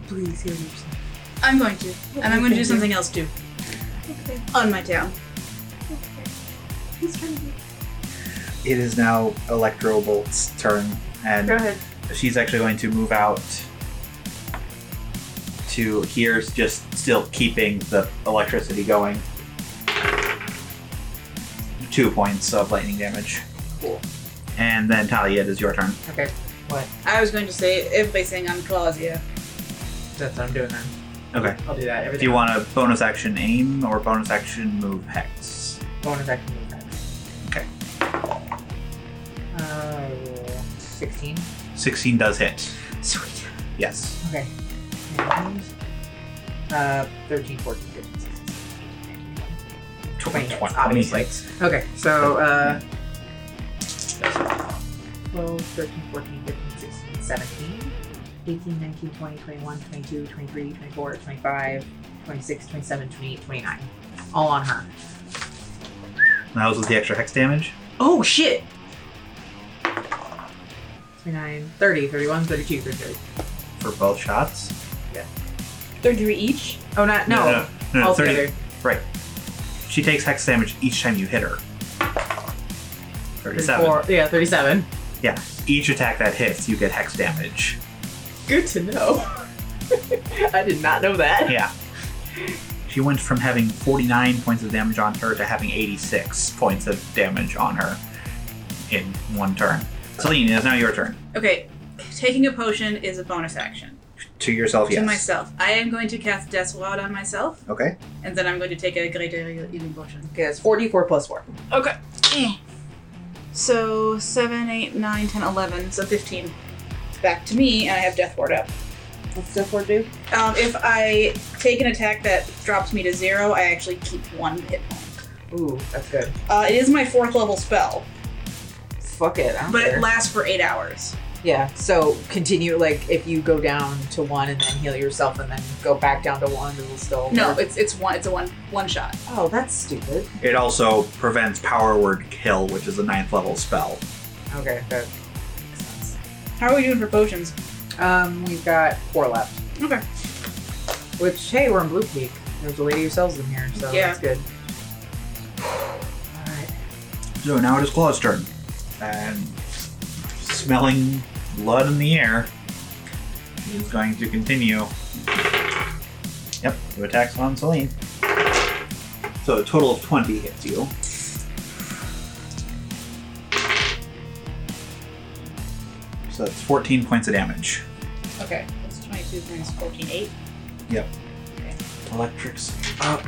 [SPEAKER 3] Please heal yourself. I'm going to. And I'm going to do something else too. Okay. On my town.
[SPEAKER 5] It is now Electro Bolt's turn, and
[SPEAKER 3] ahead.
[SPEAKER 5] she's actually going to move out to here, just still keeping the electricity going. Two points of lightning damage.
[SPEAKER 8] Cool.
[SPEAKER 5] And then Talia, it is your turn.
[SPEAKER 8] Okay. What?
[SPEAKER 3] I was going to say everything on Claus here.
[SPEAKER 6] That's what I'm doing then.
[SPEAKER 5] Okay.
[SPEAKER 6] I'll do that.
[SPEAKER 5] If
[SPEAKER 6] Everything.
[SPEAKER 5] you want a bonus action aim or bonus action move hex.
[SPEAKER 8] Bonus action move next.
[SPEAKER 5] Okay.
[SPEAKER 8] Uh, sixteen.
[SPEAKER 5] 16 does hit.
[SPEAKER 3] Sweet.
[SPEAKER 5] Yes.
[SPEAKER 8] Okay. And, uh, 13, 14, 15, 16, 17, 20 hits, obviously. Okay, so, uh, 12, 13, 14, 15, 16, 17, 18, 19, 20, 21, 22, 23, 24, 25, 26, 27, 28, 29. All on her.
[SPEAKER 5] That was with the extra hex damage.
[SPEAKER 1] Oh shit!
[SPEAKER 8] 29, 30, 31, 32, 33.
[SPEAKER 5] for both shots.
[SPEAKER 8] 33 each? Oh, not, no.
[SPEAKER 5] no, no, no,
[SPEAKER 8] altogether.
[SPEAKER 5] 30, right. She takes hex damage each time you hit her. 37.
[SPEAKER 8] 34 Yeah, 37.
[SPEAKER 5] Yeah. Each attack that hits, you get hex damage.
[SPEAKER 6] Good to know. I did not know that.
[SPEAKER 5] Yeah. She went from having 49 points of damage on her to having 86 points of damage on her in one turn. Celine, it is now your turn.
[SPEAKER 3] Okay, taking a potion is a bonus action.
[SPEAKER 5] To yourself, yes.
[SPEAKER 3] To myself. I am going to cast Death Ward on myself,
[SPEAKER 5] Okay.
[SPEAKER 3] and then I'm going to take a greater healing potion.
[SPEAKER 8] Okay, that's 44 plus 4.
[SPEAKER 3] Okay.
[SPEAKER 4] Eh.
[SPEAKER 3] So 7, 8, 9, 10, 11, so 15. It's back to me, and I have Death Ward up.
[SPEAKER 8] What's Death Ward do?
[SPEAKER 3] Um, if I take an attack that drops me to zero, I actually keep one hit point.
[SPEAKER 8] Ooh, that's good.
[SPEAKER 3] Uh, it is my fourth level spell,
[SPEAKER 8] Fuck it. I don't
[SPEAKER 3] but
[SPEAKER 8] care.
[SPEAKER 3] it lasts for eight hours.
[SPEAKER 8] yeah. So continue like if you go down to one and then heal yourself and then go back down to one, it'll still.
[SPEAKER 3] No, it's it's one it's a one one shot.
[SPEAKER 8] Oh, that's stupid.
[SPEAKER 5] It also prevents Power Word Kill, which is a ninth level spell.
[SPEAKER 8] Okay, that makes sense.
[SPEAKER 3] How are we doing for potions?
[SPEAKER 6] Um, we've got four left.
[SPEAKER 4] Okay.
[SPEAKER 6] Which, hey, we're in Blue Peak. There's a lady who sells them here, so
[SPEAKER 4] Yeah.
[SPEAKER 6] that's good. All right.
[SPEAKER 5] So now it is Claw's turn. And smelling blood in the air, he is going to continue. Yep, two attacks on Celine. So a total of 20 hits you. So that's 14 points of damage.
[SPEAKER 4] Okay. That's 22 minus 14, 8.
[SPEAKER 5] electrics up.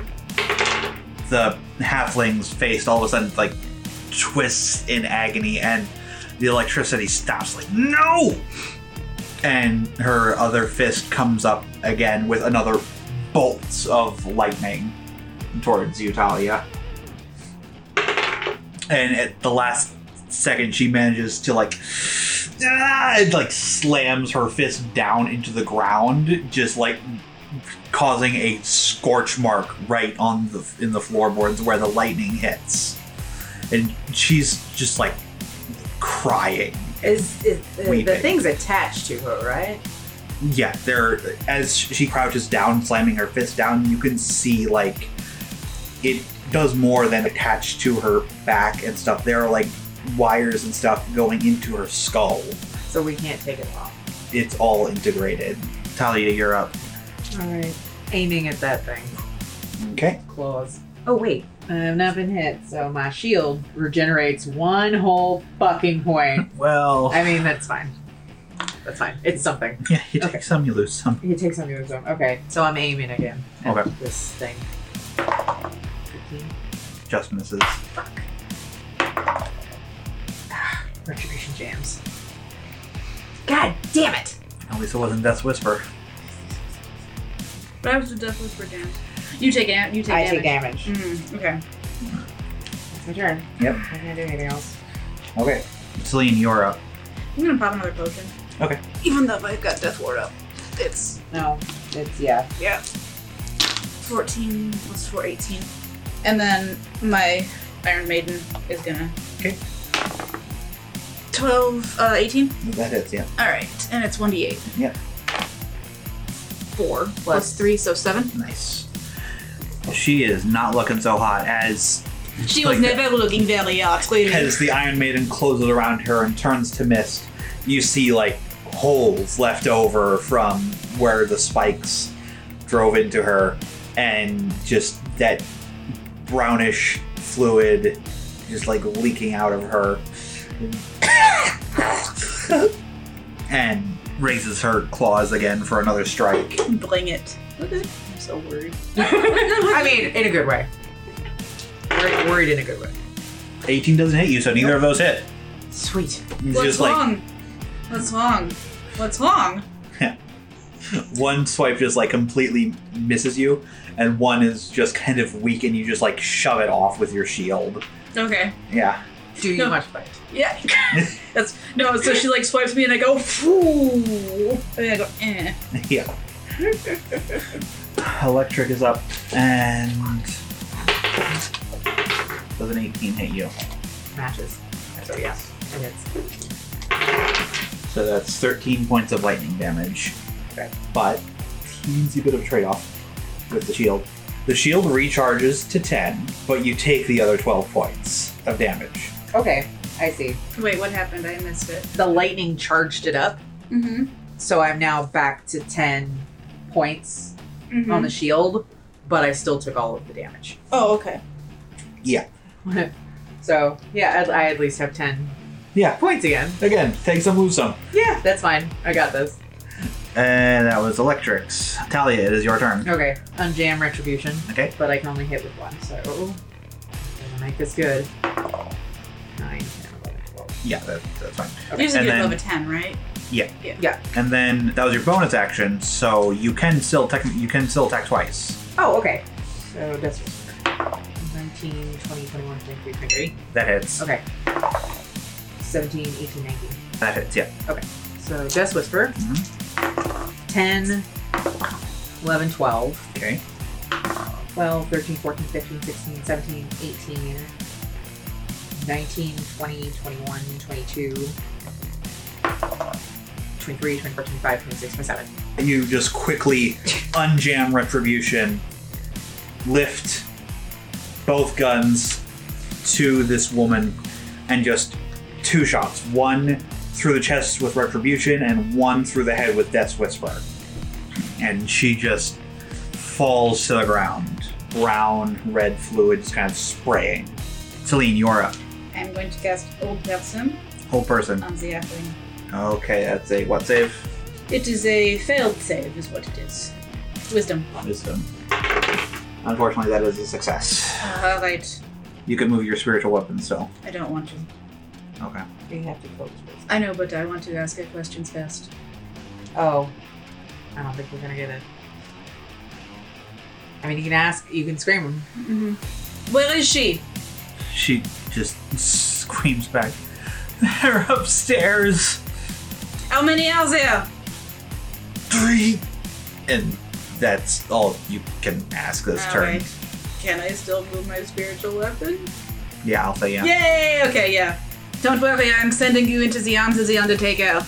[SPEAKER 5] The halfling's face all of a sudden like twists in agony, and the electricity stops. Like no, and her other fist comes up again with another bolts of lightning towards Eutalia. And at the last second, she manages to like. Ah, it like slams her fist down into the ground, just like causing a scorch mark right on the in the floorboards where the lightning hits, and she's just like crying.
[SPEAKER 8] Is, is the, the
[SPEAKER 5] Weeping.
[SPEAKER 8] thing's attached to her, right?
[SPEAKER 5] Yeah, there. As she crouches down, slamming her fist down, you can see like it does more than attach to her back and stuff. There are like wires and stuff going into her skull.
[SPEAKER 6] So we can't take it off.
[SPEAKER 5] It's all integrated. Talia, you're up.
[SPEAKER 6] All right. Aiming at that thing.
[SPEAKER 5] Okay.
[SPEAKER 6] Claws.
[SPEAKER 8] Oh, wait.
[SPEAKER 6] I've not been hit, so my shield regenerates one whole fucking point.
[SPEAKER 5] Well,
[SPEAKER 6] I mean, that's fine. That's fine. It's something.
[SPEAKER 5] yeah, you take
[SPEAKER 6] Okay.
[SPEAKER 5] some, you lose some.
[SPEAKER 6] He takes on the other zone. Okay, so I'm aiming again at
[SPEAKER 5] Okay.
[SPEAKER 6] this thing.
[SPEAKER 5] Just misses.
[SPEAKER 6] Retribution jams.
[SPEAKER 8] God damn it!
[SPEAKER 5] At least it wasn't Death's Whisper.
[SPEAKER 4] But I was a death whisper damage. You take it. You take
[SPEAKER 6] I
[SPEAKER 4] damage.
[SPEAKER 6] take damage.
[SPEAKER 4] Mm, okay.
[SPEAKER 6] It's my turn.
[SPEAKER 5] Yep.
[SPEAKER 6] I can't do anything else.
[SPEAKER 5] Okay. Celine, you're up.
[SPEAKER 4] I'm gonna pop another potion.
[SPEAKER 5] Okay.
[SPEAKER 9] Even though I've got Death Ward up, it's
[SPEAKER 6] No, it's yeah.
[SPEAKER 9] 14 plus 4, 18.
[SPEAKER 4] And then my Iron Maiden is gonna.
[SPEAKER 9] 12, uh, 18?
[SPEAKER 5] That hits, yeah.
[SPEAKER 9] Alright, and it's 1d8.
[SPEAKER 5] Yep.
[SPEAKER 9] 4 plus, plus 3, so 7.
[SPEAKER 5] Nice. She is not looking so hot as
[SPEAKER 9] She
[SPEAKER 5] Like
[SPEAKER 9] was
[SPEAKER 5] that.
[SPEAKER 9] never looking very hot, clearly.
[SPEAKER 5] as the Iron Maiden closes around her and turns to mist. You see like holes left over from where the spikes drove into her, and just that brownish fluid just like leaking out of her. and raises her claws again for another strike.
[SPEAKER 9] Bling it. Okay. I'm so worried.
[SPEAKER 6] I mean, in a good way. Worried, worried in a good way.
[SPEAKER 5] 18 doesn't hit you, so neither of those hit.
[SPEAKER 6] Sweet.
[SPEAKER 5] It's
[SPEAKER 4] What's
[SPEAKER 5] just like
[SPEAKER 4] wrong? What's wrong? What's wrong?
[SPEAKER 5] one swipe just like completely misses you, and one is just kind of weak, and you just like shove it off with your shield.
[SPEAKER 4] Okay.
[SPEAKER 5] Yeah.
[SPEAKER 6] Do you
[SPEAKER 4] No.
[SPEAKER 6] much fight?
[SPEAKER 4] Yeah. That's no. So she like swipes me, and I go, Phew. and then I go, eh.
[SPEAKER 5] yeah. Electric is up, and does an 18 hit you?
[SPEAKER 6] Matches. So yes, it hits.
[SPEAKER 5] So that's 13 points of lightning damage.
[SPEAKER 6] Okay.
[SPEAKER 5] But teensy bit of trade-off with the shield. The shield recharges to 10, but you take the other 12 points of damage.
[SPEAKER 6] Okay, I see.
[SPEAKER 4] Wait, what happened? I missed it.
[SPEAKER 6] The lightning charged it up,
[SPEAKER 4] Mm-hmm.
[SPEAKER 6] so I'm now back to ten points on the shield, but I still took all of the damage.
[SPEAKER 4] Oh, okay.
[SPEAKER 6] so yeah, I, I at least have ten
[SPEAKER 5] Yeah.
[SPEAKER 6] points again.
[SPEAKER 5] Again, take some, lose some.
[SPEAKER 6] Yeah, that's fine. I got this.
[SPEAKER 5] And that was Electrics. Talia, it is your turn.
[SPEAKER 6] Okay, unjam retribution.
[SPEAKER 5] Okay.
[SPEAKER 6] but I can only hit with one, so I'm gonna make this good. Nine, 10, 11, 12.
[SPEAKER 5] Yeah, that, that's fine.
[SPEAKER 4] There's a
[SPEAKER 5] And
[SPEAKER 4] good
[SPEAKER 5] then-
[SPEAKER 4] level 10, right?
[SPEAKER 5] And then that was your bonus action, so you can still tech- you can still attack twice.
[SPEAKER 6] Oh, okay. So that's 19, 20, 21, 23, 23.
[SPEAKER 5] That hits.
[SPEAKER 6] Okay. 17, 18, 19.
[SPEAKER 5] That hits. Yeah.
[SPEAKER 6] So Death Whisper. Ten, eleven, twelve,
[SPEAKER 5] Okay.
[SPEAKER 6] twelve, thirteen, fourteen, fifteen, sixteen, seventeen, eighteen, nineteen, twenty, twenty-one, twenty-two, twenty-three, twenty-four.
[SPEAKER 8] 23, 24, 25, 26, 27.
[SPEAKER 5] And you just quickly unjam Retribution, lift both guns to this woman, and just two shots one through the chest with Retribution, and one through the head with Death's Whisper. And she just falls to the ground, brown, red fluid just kind of spraying. Celine, you're up.
[SPEAKER 4] I'm going to cast Old Person
[SPEAKER 5] Whole person.
[SPEAKER 4] on the halfling.
[SPEAKER 5] Okay, that's a what save?
[SPEAKER 4] It is a failed save, is what it is. Wisdom.
[SPEAKER 5] Wisdom. Unfortunately, that is a success.
[SPEAKER 4] All Ah, right.
[SPEAKER 5] You can move your spiritual weapon still.
[SPEAKER 4] I don't want to.
[SPEAKER 5] Okay.
[SPEAKER 8] We have to focus first.
[SPEAKER 4] I know, but I want to ask her questions first.
[SPEAKER 8] Oh,
[SPEAKER 6] I don't think we're gonna get it. I mean, you can ask, you can scream him.
[SPEAKER 4] Where is she?
[SPEAKER 5] She just screams back. They're upstairs.
[SPEAKER 4] How many are there?
[SPEAKER 5] Three. And that's all you can ask this
[SPEAKER 4] All
[SPEAKER 5] turn.
[SPEAKER 4] right. Can I still move my spiritual weapon?
[SPEAKER 5] Yeah, I'll say yeah.
[SPEAKER 4] Yay! Okay, yeah. Don't worry, I'm sending you into the arms of the Undertaker.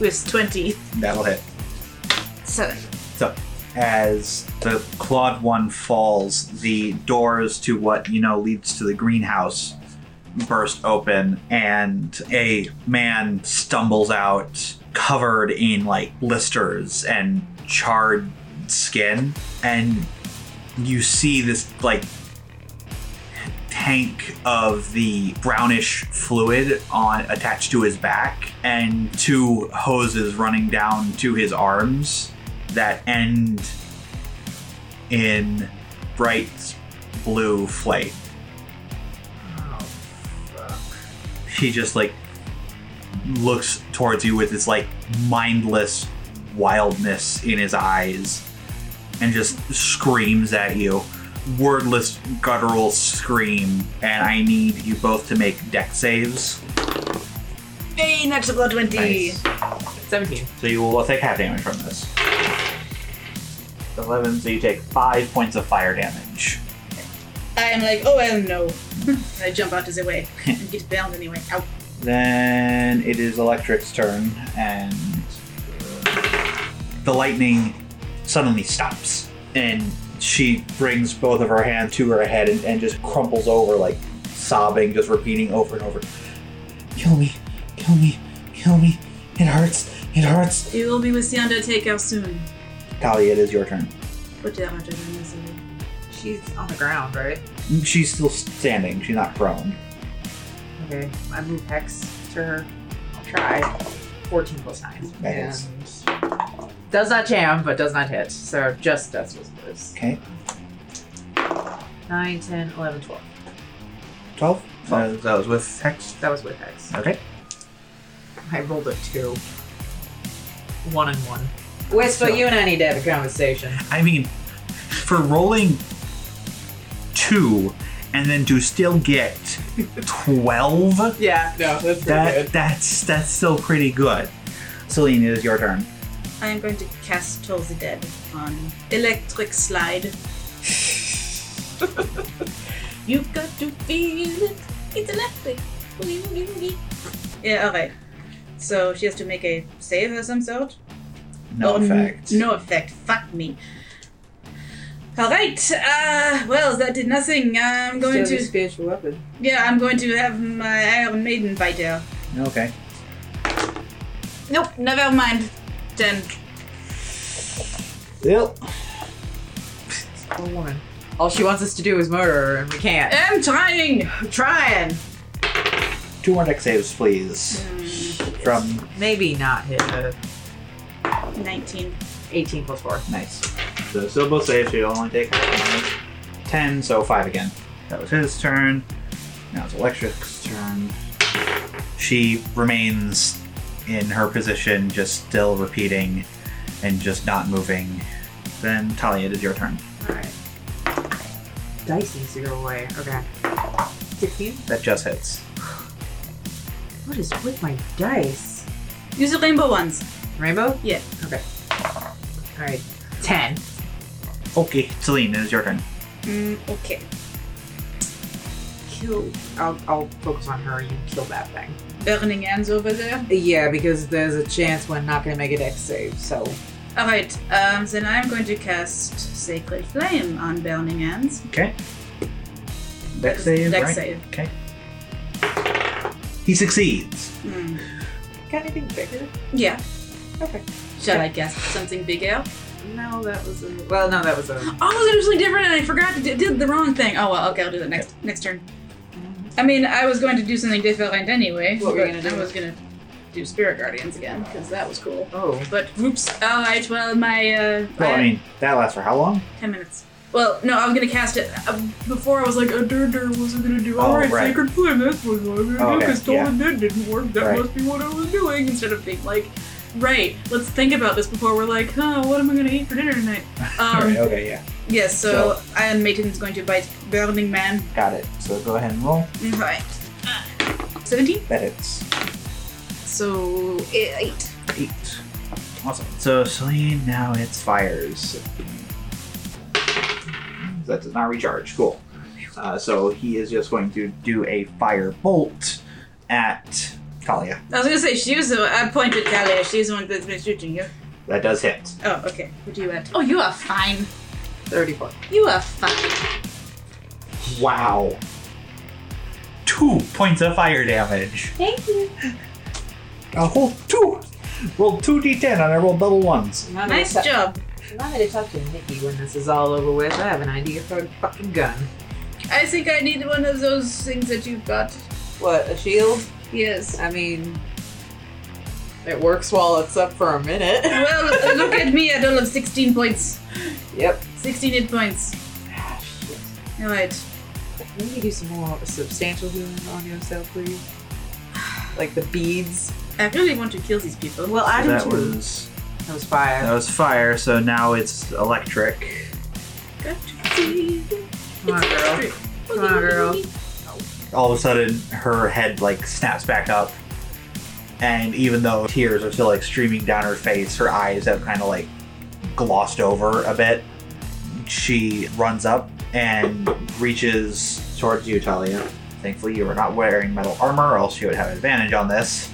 [SPEAKER 4] With 20.
[SPEAKER 5] That'll hit.
[SPEAKER 9] Seven.
[SPEAKER 5] So, as the clawed one falls, the doors to what you know leads to the greenhouse burst open, and a man stumbles out, covered in like blisters and charred skin, and you see this like tank of the brownish fluid on attached to his back and two hoses running down to his arms that end in bright blue flame. He just like looks towards you with this like mindless wildness in his eyes and just screams at you. Wordless, guttural scream. And I need you both to make deck saves.
[SPEAKER 4] Hey, natural 20!
[SPEAKER 6] 17.
[SPEAKER 5] So you will take half damage from this. 11, so you take 5 points of fire damage.
[SPEAKER 4] I'm like, oh, well, no. I jump out of the way and get burned anyway. Ow.
[SPEAKER 5] Then it is Electric's turn, and the lightning suddenly stops. And she brings both of her hands to her head and, and just crumples over, like sobbing, just repeating over and over Kill me, kill me, kill me. It hurts, it hurts.
[SPEAKER 4] You will be with the Undertaker soon.
[SPEAKER 5] Talia, it is your turn.
[SPEAKER 4] Put the Undertaker in this way.
[SPEAKER 6] She's on the ground, right?
[SPEAKER 5] She's still standing, she's not prone.
[SPEAKER 8] okay. I move Hex to her.
[SPEAKER 6] I'll try. 14 plus 9.
[SPEAKER 5] That is-
[SPEAKER 6] And Does not jam, but does not hit. So just Death Whispers.
[SPEAKER 5] Okay.
[SPEAKER 6] 9, 10, 11, 12.
[SPEAKER 5] 12? that was with Hex.
[SPEAKER 6] That was with Hex.
[SPEAKER 5] Okay.
[SPEAKER 6] I rolled a 2. 1 and 1. Whisper, you and I need to have a conversation.
[SPEAKER 5] I mean, for rolling two and then to still get 12,
[SPEAKER 6] Yeah, no, that's
[SPEAKER 5] that, that's that's still pretty good. Celine, it is your turn.
[SPEAKER 4] I am going to cast Toll the Dead on Electric Slide. you got to feel it. It's electric. Boogie, boogie, boogie. Yeah, alright. So she has to make a save of some sort?
[SPEAKER 5] No
[SPEAKER 4] Oh, n-
[SPEAKER 5] effect.
[SPEAKER 4] No effect. Fuck me. Alright, uh, well, that did nothing. I'm going
[SPEAKER 8] Still
[SPEAKER 4] to.
[SPEAKER 8] spiritual weapon.
[SPEAKER 4] Yeah, I'm going to have my Iron Maiden bite her.
[SPEAKER 5] Okay.
[SPEAKER 4] Nope, never mind. Then.
[SPEAKER 5] Yep.
[SPEAKER 6] Poor woman. All she wants us to do is murder her, and we can't.
[SPEAKER 4] I'm trying!
[SPEAKER 6] Trying.
[SPEAKER 5] Two more deck saves, please. From
[SPEAKER 6] Maybe not hit the
[SPEAKER 4] 19.
[SPEAKER 6] 18 plus 4.
[SPEAKER 5] nice. So still both saves, so you only take ten, so five again. That was his turn. Now it's Electric's turn. She remains in her position, just still repeating and just not moving. Then Talia, it is your turn.
[SPEAKER 6] Alright. Dice needs to go away. Okay. 16?
[SPEAKER 5] That just hits.
[SPEAKER 6] What is with my dice?
[SPEAKER 4] Use the rainbow ones.
[SPEAKER 6] Rainbow?
[SPEAKER 4] Yeah.
[SPEAKER 6] Okay. Alright. 10.
[SPEAKER 5] Okay, Celine, it is your turn.
[SPEAKER 4] Mm, okay.
[SPEAKER 6] Kill. I'll, I'll focus on her. You kill that thing.
[SPEAKER 3] burning hands over there.
[SPEAKER 1] Yeah, because there's a chance we're not going to make a dex save, so.
[SPEAKER 4] All right, um, then I'm going to cast Sacred Flame on Burning Hands.
[SPEAKER 5] Okay. Dex save,
[SPEAKER 4] Dex
[SPEAKER 5] right?
[SPEAKER 4] save.
[SPEAKER 5] Okay. He succeeds.
[SPEAKER 4] Hmm.
[SPEAKER 1] Got anything bigger?
[SPEAKER 4] Yeah.
[SPEAKER 1] Okay.
[SPEAKER 4] Shall I guess something bigger?
[SPEAKER 1] No, that was a. Well, no, that was a.
[SPEAKER 4] Oh, it was something different, and I forgot to d- did the wrong thing. Oh well, okay, I'll do that next next turn.
[SPEAKER 3] I mean, I was going to do something different anyway.
[SPEAKER 1] What were you
[SPEAKER 3] but
[SPEAKER 1] gonna do?
[SPEAKER 3] I was gonna do Spirit Guardians again because that was cool.
[SPEAKER 1] Oh.
[SPEAKER 3] But oops.
[SPEAKER 4] All right, well my uh,
[SPEAKER 5] Well, I mean, that lasts for how long?
[SPEAKER 4] ten minutes. Well, no, I was gonna cast it uh, before. I was like, a dur dur, what was I gonna do? All
[SPEAKER 5] Oh,
[SPEAKER 4] right,
[SPEAKER 5] right.
[SPEAKER 4] sacred flame. That's what I was gonna
[SPEAKER 5] Oh,
[SPEAKER 4] do.
[SPEAKER 5] okay,
[SPEAKER 4] Because
[SPEAKER 5] yeah.
[SPEAKER 4] totally that didn't work. That
[SPEAKER 5] Right.
[SPEAKER 4] must be what I was doing. Instead of being like, right, let's think about this before we're like, huh, what am I gonna eat for dinner tonight? Um,
[SPEAKER 5] Alright, okay, yeah.
[SPEAKER 3] Yes. so, Iron Maiden's going to bite Burning Man.
[SPEAKER 5] Got it. So go ahead and roll.
[SPEAKER 3] All right. Seventeen.
[SPEAKER 5] That hits.
[SPEAKER 10] So eight.
[SPEAKER 5] Eight. Awesome. So Celine now hits fires. That does not recharge. Cool. Uh, so he is just going to do a fire bolt at Kalia.
[SPEAKER 3] I was gonna say she was the. one- I pointed at Talia. She's the one that's been shooting you.
[SPEAKER 5] That does hit.
[SPEAKER 3] Oh, okay. What do you at? Oh, you are fine.
[SPEAKER 1] 34.
[SPEAKER 3] You are fine.
[SPEAKER 5] Wow. Two points of fire damage.
[SPEAKER 1] Thank you.
[SPEAKER 5] A whole two. Rolled two d10 and I rolled double ones.
[SPEAKER 1] Now that
[SPEAKER 3] Nice
[SPEAKER 1] I ta-
[SPEAKER 3] job.
[SPEAKER 1] Now that I talked to Nikki when this is all over with, I have an idea for a fucking gun.
[SPEAKER 3] I think I need one of those things that you've got.
[SPEAKER 1] What, a shield?
[SPEAKER 3] Yes.
[SPEAKER 1] I mean, it works while it's up for a minute.
[SPEAKER 3] Well, look at me. I don't have 16 points.
[SPEAKER 1] Yep.
[SPEAKER 3] 16 hit points.
[SPEAKER 1] Ah, shit.
[SPEAKER 3] All right.
[SPEAKER 1] Can you do some more substantial healing on yourself, please? Like the beads.
[SPEAKER 3] I really want to kill these people.
[SPEAKER 11] Well, I
[SPEAKER 5] that
[SPEAKER 11] do too.
[SPEAKER 5] was
[SPEAKER 1] That was fire.
[SPEAKER 5] that was fire. So now it's electric.
[SPEAKER 3] Got to see.
[SPEAKER 1] Come on, girl. Come on, girl.
[SPEAKER 5] All of a sudden, her head like snaps back up, and even though tears are still like streaming down her face, her eyes have kind of like glossed over a bit. She runs up and reaches towards you, Talia. Thankfully, you are not wearing metal armor, or else you would have advantage on this.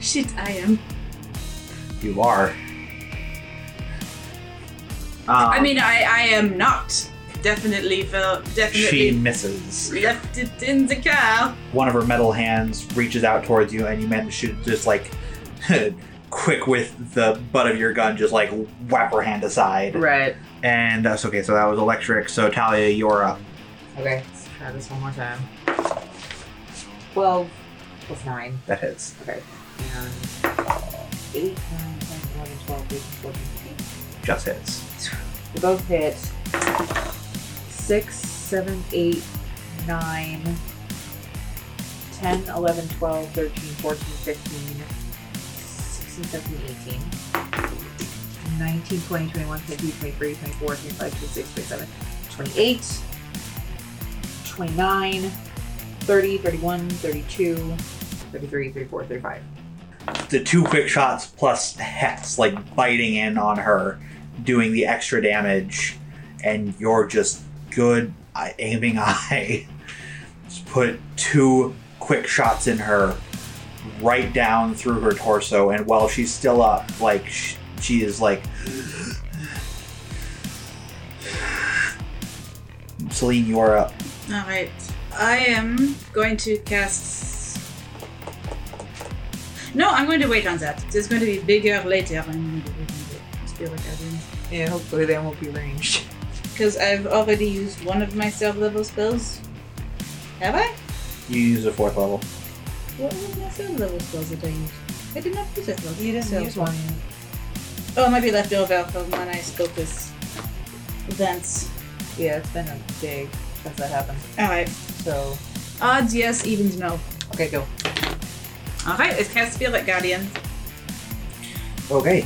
[SPEAKER 4] Shit, I am.
[SPEAKER 5] You are. Um,
[SPEAKER 3] I mean, I, I am not. Definitely, fell.
[SPEAKER 5] she
[SPEAKER 3] Definitely
[SPEAKER 5] misses.
[SPEAKER 3] left it in the car.
[SPEAKER 5] One of her metal hands reaches out towards you, and you manage to just like, quick with the butt of your gun, just like whap her hand aside.
[SPEAKER 12] Right.
[SPEAKER 5] And that's okay. So that was electric. So Talia, you're up.
[SPEAKER 1] Okay, let's try this one more time. 12 plus 9.
[SPEAKER 5] That hits.
[SPEAKER 1] Okay. And 8, 9, 10, 11, 12, 13, 14, 15.
[SPEAKER 5] Just hits.
[SPEAKER 1] They both hit. Six, seven, eight, nine, ten, eleven, twelve, thirteen, fourteen, fifteen, sixteen, seventeen, eighteen, nineteen, twenty, twenty-one, twenty-two, twenty-three, twenty-four, twenty-five, twenty-six, twenty-seven, twenty-eight, twenty-nine, thirty, thirty-one, thirty-two, thirty-three, thirty-four, thirty-five.
[SPEAKER 5] The two quick shots plus Hex like biting in on her, doing the extra damage, and you're just good eye- aiming eye. Just put two quick shots in her, right down through her torso, and while she's still up, like sh- she is like. Celine, you're up.
[SPEAKER 3] All right. I am going to cast. No, I'm going to wait on that. It's going to be bigger later. I'm going to wait on the spirit guardians
[SPEAKER 1] Yeah, hopefully they won't be ranged.
[SPEAKER 3] because I've already used one of my self level spells. Have I?
[SPEAKER 5] You use a fourth level.
[SPEAKER 3] What was my third level spells that I used? I did not use that level.
[SPEAKER 1] You didn't
[SPEAKER 3] spell.
[SPEAKER 1] use one. yet.
[SPEAKER 3] Oh, it might be left over from when I spoke this events.
[SPEAKER 1] Yeah, it's been a day since that happened.
[SPEAKER 3] Alright.
[SPEAKER 1] So
[SPEAKER 3] Odds yes, evens no.
[SPEAKER 1] okay, go.
[SPEAKER 3] Alright, it's cast Spirit Guardian.
[SPEAKER 5] Okay.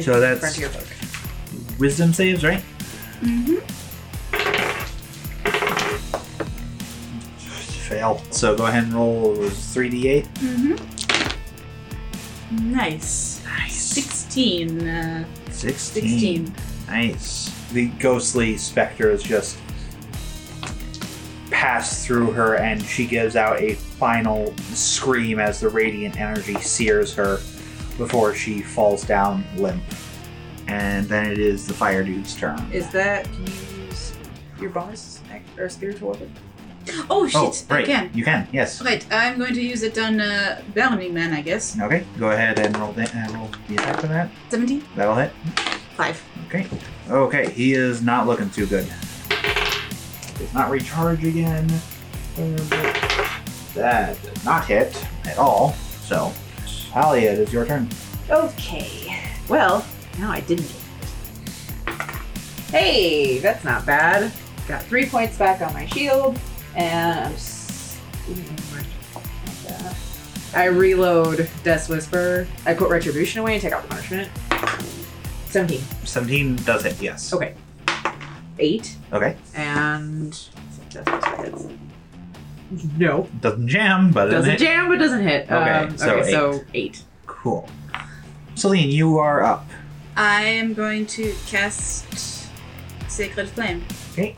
[SPEAKER 5] So that's-
[SPEAKER 1] frontier folk.
[SPEAKER 5] Wisdom saves, right?
[SPEAKER 3] Mm-hmm.
[SPEAKER 5] Fail. So go ahead and roll 3d8.
[SPEAKER 3] Mm-hmm. Nice. Nice. 16. Uh,
[SPEAKER 5] 16.
[SPEAKER 3] 16.
[SPEAKER 5] Nice. The ghostly specter is just pass through her, and she gives out a final scream as the radiant energy sears her before she falls down limp. And then it is the fire dude's turn.
[SPEAKER 8] Is that can you use your bonus act- or spiritual weapon?
[SPEAKER 3] Oh shit!
[SPEAKER 5] oh,
[SPEAKER 3] I
[SPEAKER 5] right.
[SPEAKER 3] can.
[SPEAKER 5] You can, yes.
[SPEAKER 3] Right, I'm going to use it on uh, Bellamy Man, I guess.
[SPEAKER 5] Okay, go ahead and roll the, uh, roll the attack for that.
[SPEAKER 3] 17?
[SPEAKER 5] That'll hit.
[SPEAKER 9] Five.
[SPEAKER 5] Okay. Okay, he is not looking too good. Does not recharge again. That did not hit at all. So, Talia, it is your turn.
[SPEAKER 1] Okay. Well, no, I didn't.
[SPEAKER 8] Hey, that's not bad. Got three points back on my shield, and I'm. s- ooh, where'd you count that? I reload Death Whisper. I put Retribution away and take out punishment. 17.
[SPEAKER 5] 17 does hit, yes.
[SPEAKER 3] Oh.
[SPEAKER 8] Okay. 8.
[SPEAKER 5] Okay.
[SPEAKER 8] And. Death Whisper hits. No.
[SPEAKER 5] Doesn't jam, but it
[SPEAKER 8] Doesn't
[SPEAKER 5] hit.
[SPEAKER 8] jam, but doesn't hit.
[SPEAKER 5] Okay,
[SPEAKER 8] um,
[SPEAKER 5] so
[SPEAKER 8] okay,
[SPEAKER 5] eight.
[SPEAKER 8] so 8.
[SPEAKER 5] Cool. Celine, you are up.
[SPEAKER 3] I am going to cast Sacred Flame.
[SPEAKER 5] Okay.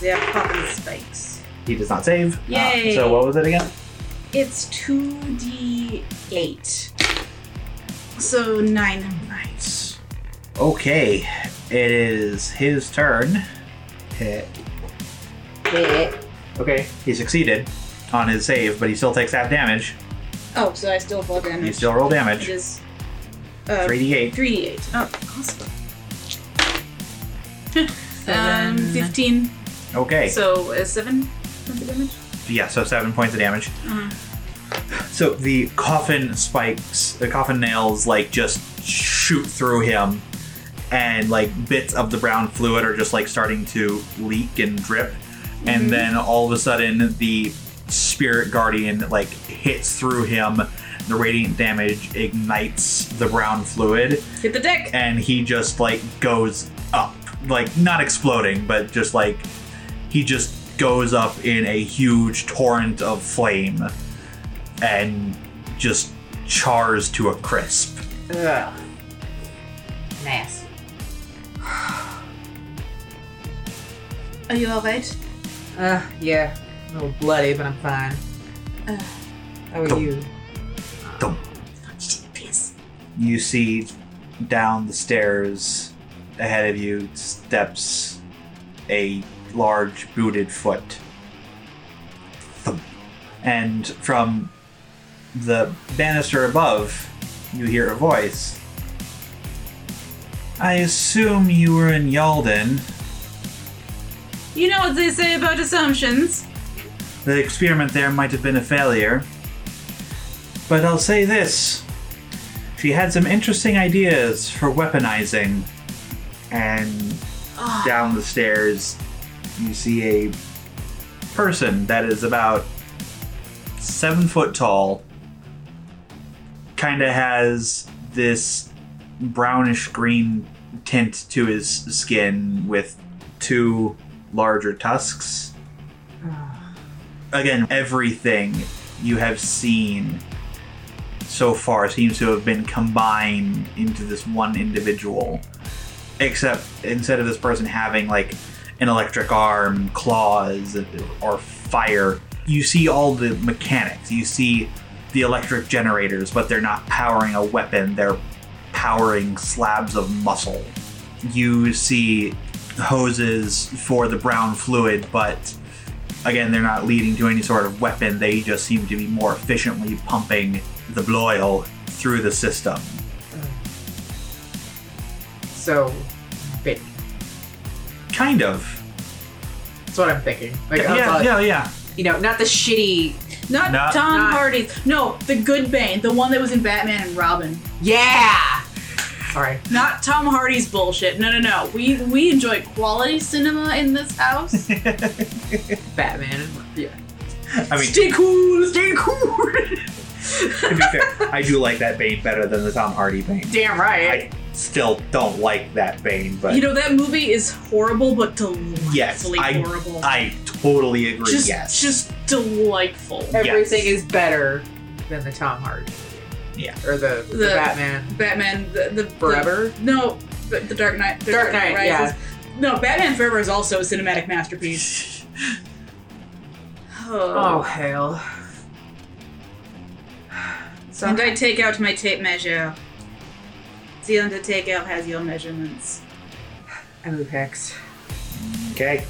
[SPEAKER 3] They are popping spikes.
[SPEAKER 5] He does not save.
[SPEAKER 3] Yay.
[SPEAKER 5] Uh, so, what was it again?
[SPEAKER 3] It's 2d8. So 9.
[SPEAKER 5] Nice. Okay, it is his turn. Hit. Okay, he succeeded on his save, but he still takes half damage.
[SPEAKER 3] Oh, so I still fall damage.
[SPEAKER 5] You still roll
[SPEAKER 3] It
[SPEAKER 5] damage.
[SPEAKER 3] is uh,
[SPEAKER 5] 3d8.
[SPEAKER 3] 3d8. Oh, awesome. um, 15.
[SPEAKER 5] Okay.
[SPEAKER 3] So uh, 7 points of damage?
[SPEAKER 5] yeah, so seven points of damage.
[SPEAKER 3] Uh-huh.
[SPEAKER 5] So the coffin spikes, the coffin nails, like just shoot through him, and like bits of the brown fluid are just like starting to leak and drip, and then all of a sudden the spirit guardian like hits through him. The radiant damage ignites the brown fluid,
[SPEAKER 3] Hit the deck!
[SPEAKER 5] and he just like goes up, like not exploding, but just like he just goes up in a huge torrent of flame and just chars to a crisp.
[SPEAKER 8] Ugh. Nice.
[SPEAKER 3] Are you alright?
[SPEAKER 6] Uh, yeah. A little bloody, but I'm fine.
[SPEAKER 3] Ugh.
[SPEAKER 6] How are
[SPEAKER 5] Cool.
[SPEAKER 6] you?
[SPEAKER 5] You see down the stairs ahead of you steps a large booted foot. Thump. And from the banister above, you hear a voice. I assume you were in Yalden.
[SPEAKER 3] You know what they say about assumptions.
[SPEAKER 5] The experiment there might have been a failure. But I'll say this she had some interesting ideas for weaponizing. And down the stairs, you see a person that is about seven foot tall, kind of has this brownish green tint to his skin with two larger tusks again, everything you have seen so far seems to have been combined into this one individual. Except instead of this person having like an electric arm, claws, or fire, you see all the mechanics. You see the electric generators, but they're not powering a weapon, they're powering slabs of muscle. You see hoses for the brown fluid, but again, they're not leading to any sort of weapon. They just seem to be more efficiently pumping the bloil through the system.
[SPEAKER 6] So, big.
[SPEAKER 5] Kind of.
[SPEAKER 6] That's what I'm thinking. Like, I was
[SPEAKER 5] Yeah,
[SPEAKER 6] like,
[SPEAKER 5] yeah, yeah.
[SPEAKER 6] you know, not the shitty.
[SPEAKER 3] Not
[SPEAKER 5] Not-
[SPEAKER 3] Tom
[SPEAKER 6] Not-
[SPEAKER 3] Hardy's. No, the good Bane, the one that was in Batman and Robin.
[SPEAKER 6] Yeah. Sorry.
[SPEAKER 3] Not Tom Hardy's bullshit. No, no, no. We we enjoy quality cinema in this house.
[SPEAKER 6] Batman. and- Yeah.
[SPEAKER 5] I mean,
[SPEAKER 3] stay cool, stay cool.
[SPEAKER 5] to be fair, I do like that Bane better than the Tom Hardy Bane.
[SPEAKER 6] Damn right.
[SPEAKER 5] I still don't like that Bane, but
[SPEAKER 3] You know that movie is horrible, but delightfully
[SPEAKER 5] Yes, I-
[SPEAKER 3] horrible.
[SPEAKER 5] I totally agree.
[SPEAKER 3] just
[SPEAKER 5] yes.
[SPEAKER 3] just delightful.
[SPEAKER 6] Everything is better than the Tom Hardy.
[SPEAKER 5] Yeah.
[SPEAKER 6] Or the, the,
[SPEAKER 3] The-
[SPEAKER 6] Batman
[SPEAKER 3] Batman the, the
[SPEAKER 6] Forever.
[SPEAKER 3] the- no, but the Dark Knight. The
[SPEAKER 6] Dark Knight,
[SPEAKER 3] Rises. No, Batman Forever is also a cinematic masterpiece.
[SPEAKER 8] Oh,
[SPEAKER 4] Oh.
[SPEAKER 8] hell. So,
[SPEAKER 4] And I take out my tape measure. The Undertaker has your measurements.
[SPEAKER 8] I move Hex.
[SPEAKER 5] Okay.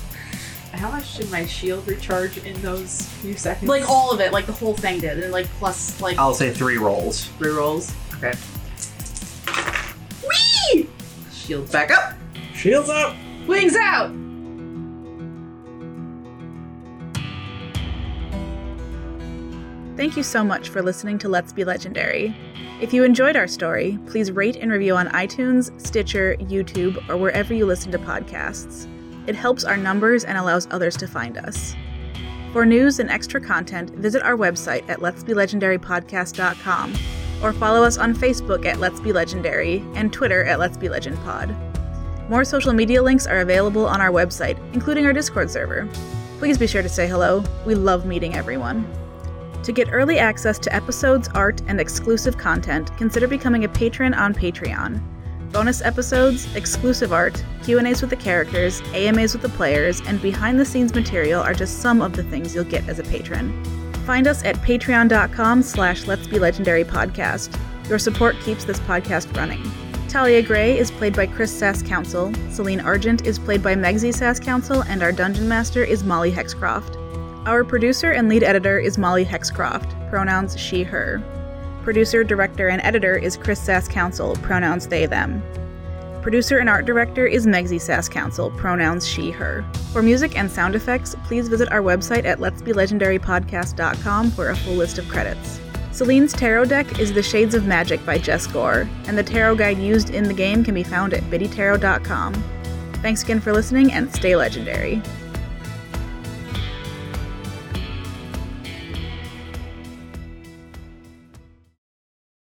[SPEAKER 6] How much did my shield recharge in those few seconds?
[SPEAKER 9] Like all of it, like the whole thing did, and like plus like
[SPEAKER 5] I'll say three rolls.
[SPEAKER 6] rerolls.
[SPEAKER 8] Okay.
[SPEAKER 6] Shield back up.
[SPEAKER 5] Shields up!
[SPEAKER 9] wings out.
[SPEAKER 3] Thank you so much for listening to Let's Be Legendary. If you enjoyed our story, please rate and review on iTunes, Stitcher, YouTube, or wherever you listen to podcasts. It helps our numbers and allows others to find us. For news and extra content, visit our website at letsbelegendarypodcast.com or follow us on Facebook at Let's Be Legendary and Twitter at Let's Be Legend Pod. More social media links are available on our website, including our Discord server. Please be sure to say hello. We love meeting everyone. To get early access to episodes, art, and exclusive content, consider becoming a patron on Patreon. Bonus episodes, exclusive art, Q&As with the characters, AMAs with the players, and behind-the-scenes material are just some of the things you'll get as a patron. Find us at patreon.com slash let's be legendary podcast. Your support keeps this podcast running. Talia Gray is played by Chris Sass Council, Celine Argent is played by Megzi Sass Council, and our dungeon master is Molly Hexcroft. Our producer and lead editor is Molly Hexcroft, pronouns she, her. Producer, director, and editor is Chris Sass Council, pronouns they, them. Producer and art director is Megzi Sass Council, pronouns she, her. For music and sound effects, please visit our website at letsbelegendarypodcast.com for a full list of credits. Celine's tarot deck is The Shades of Magic by Jess Gore, and the tarot guide used in the game can be found at biddytarot.com. Thanks again for listening and stay legendary.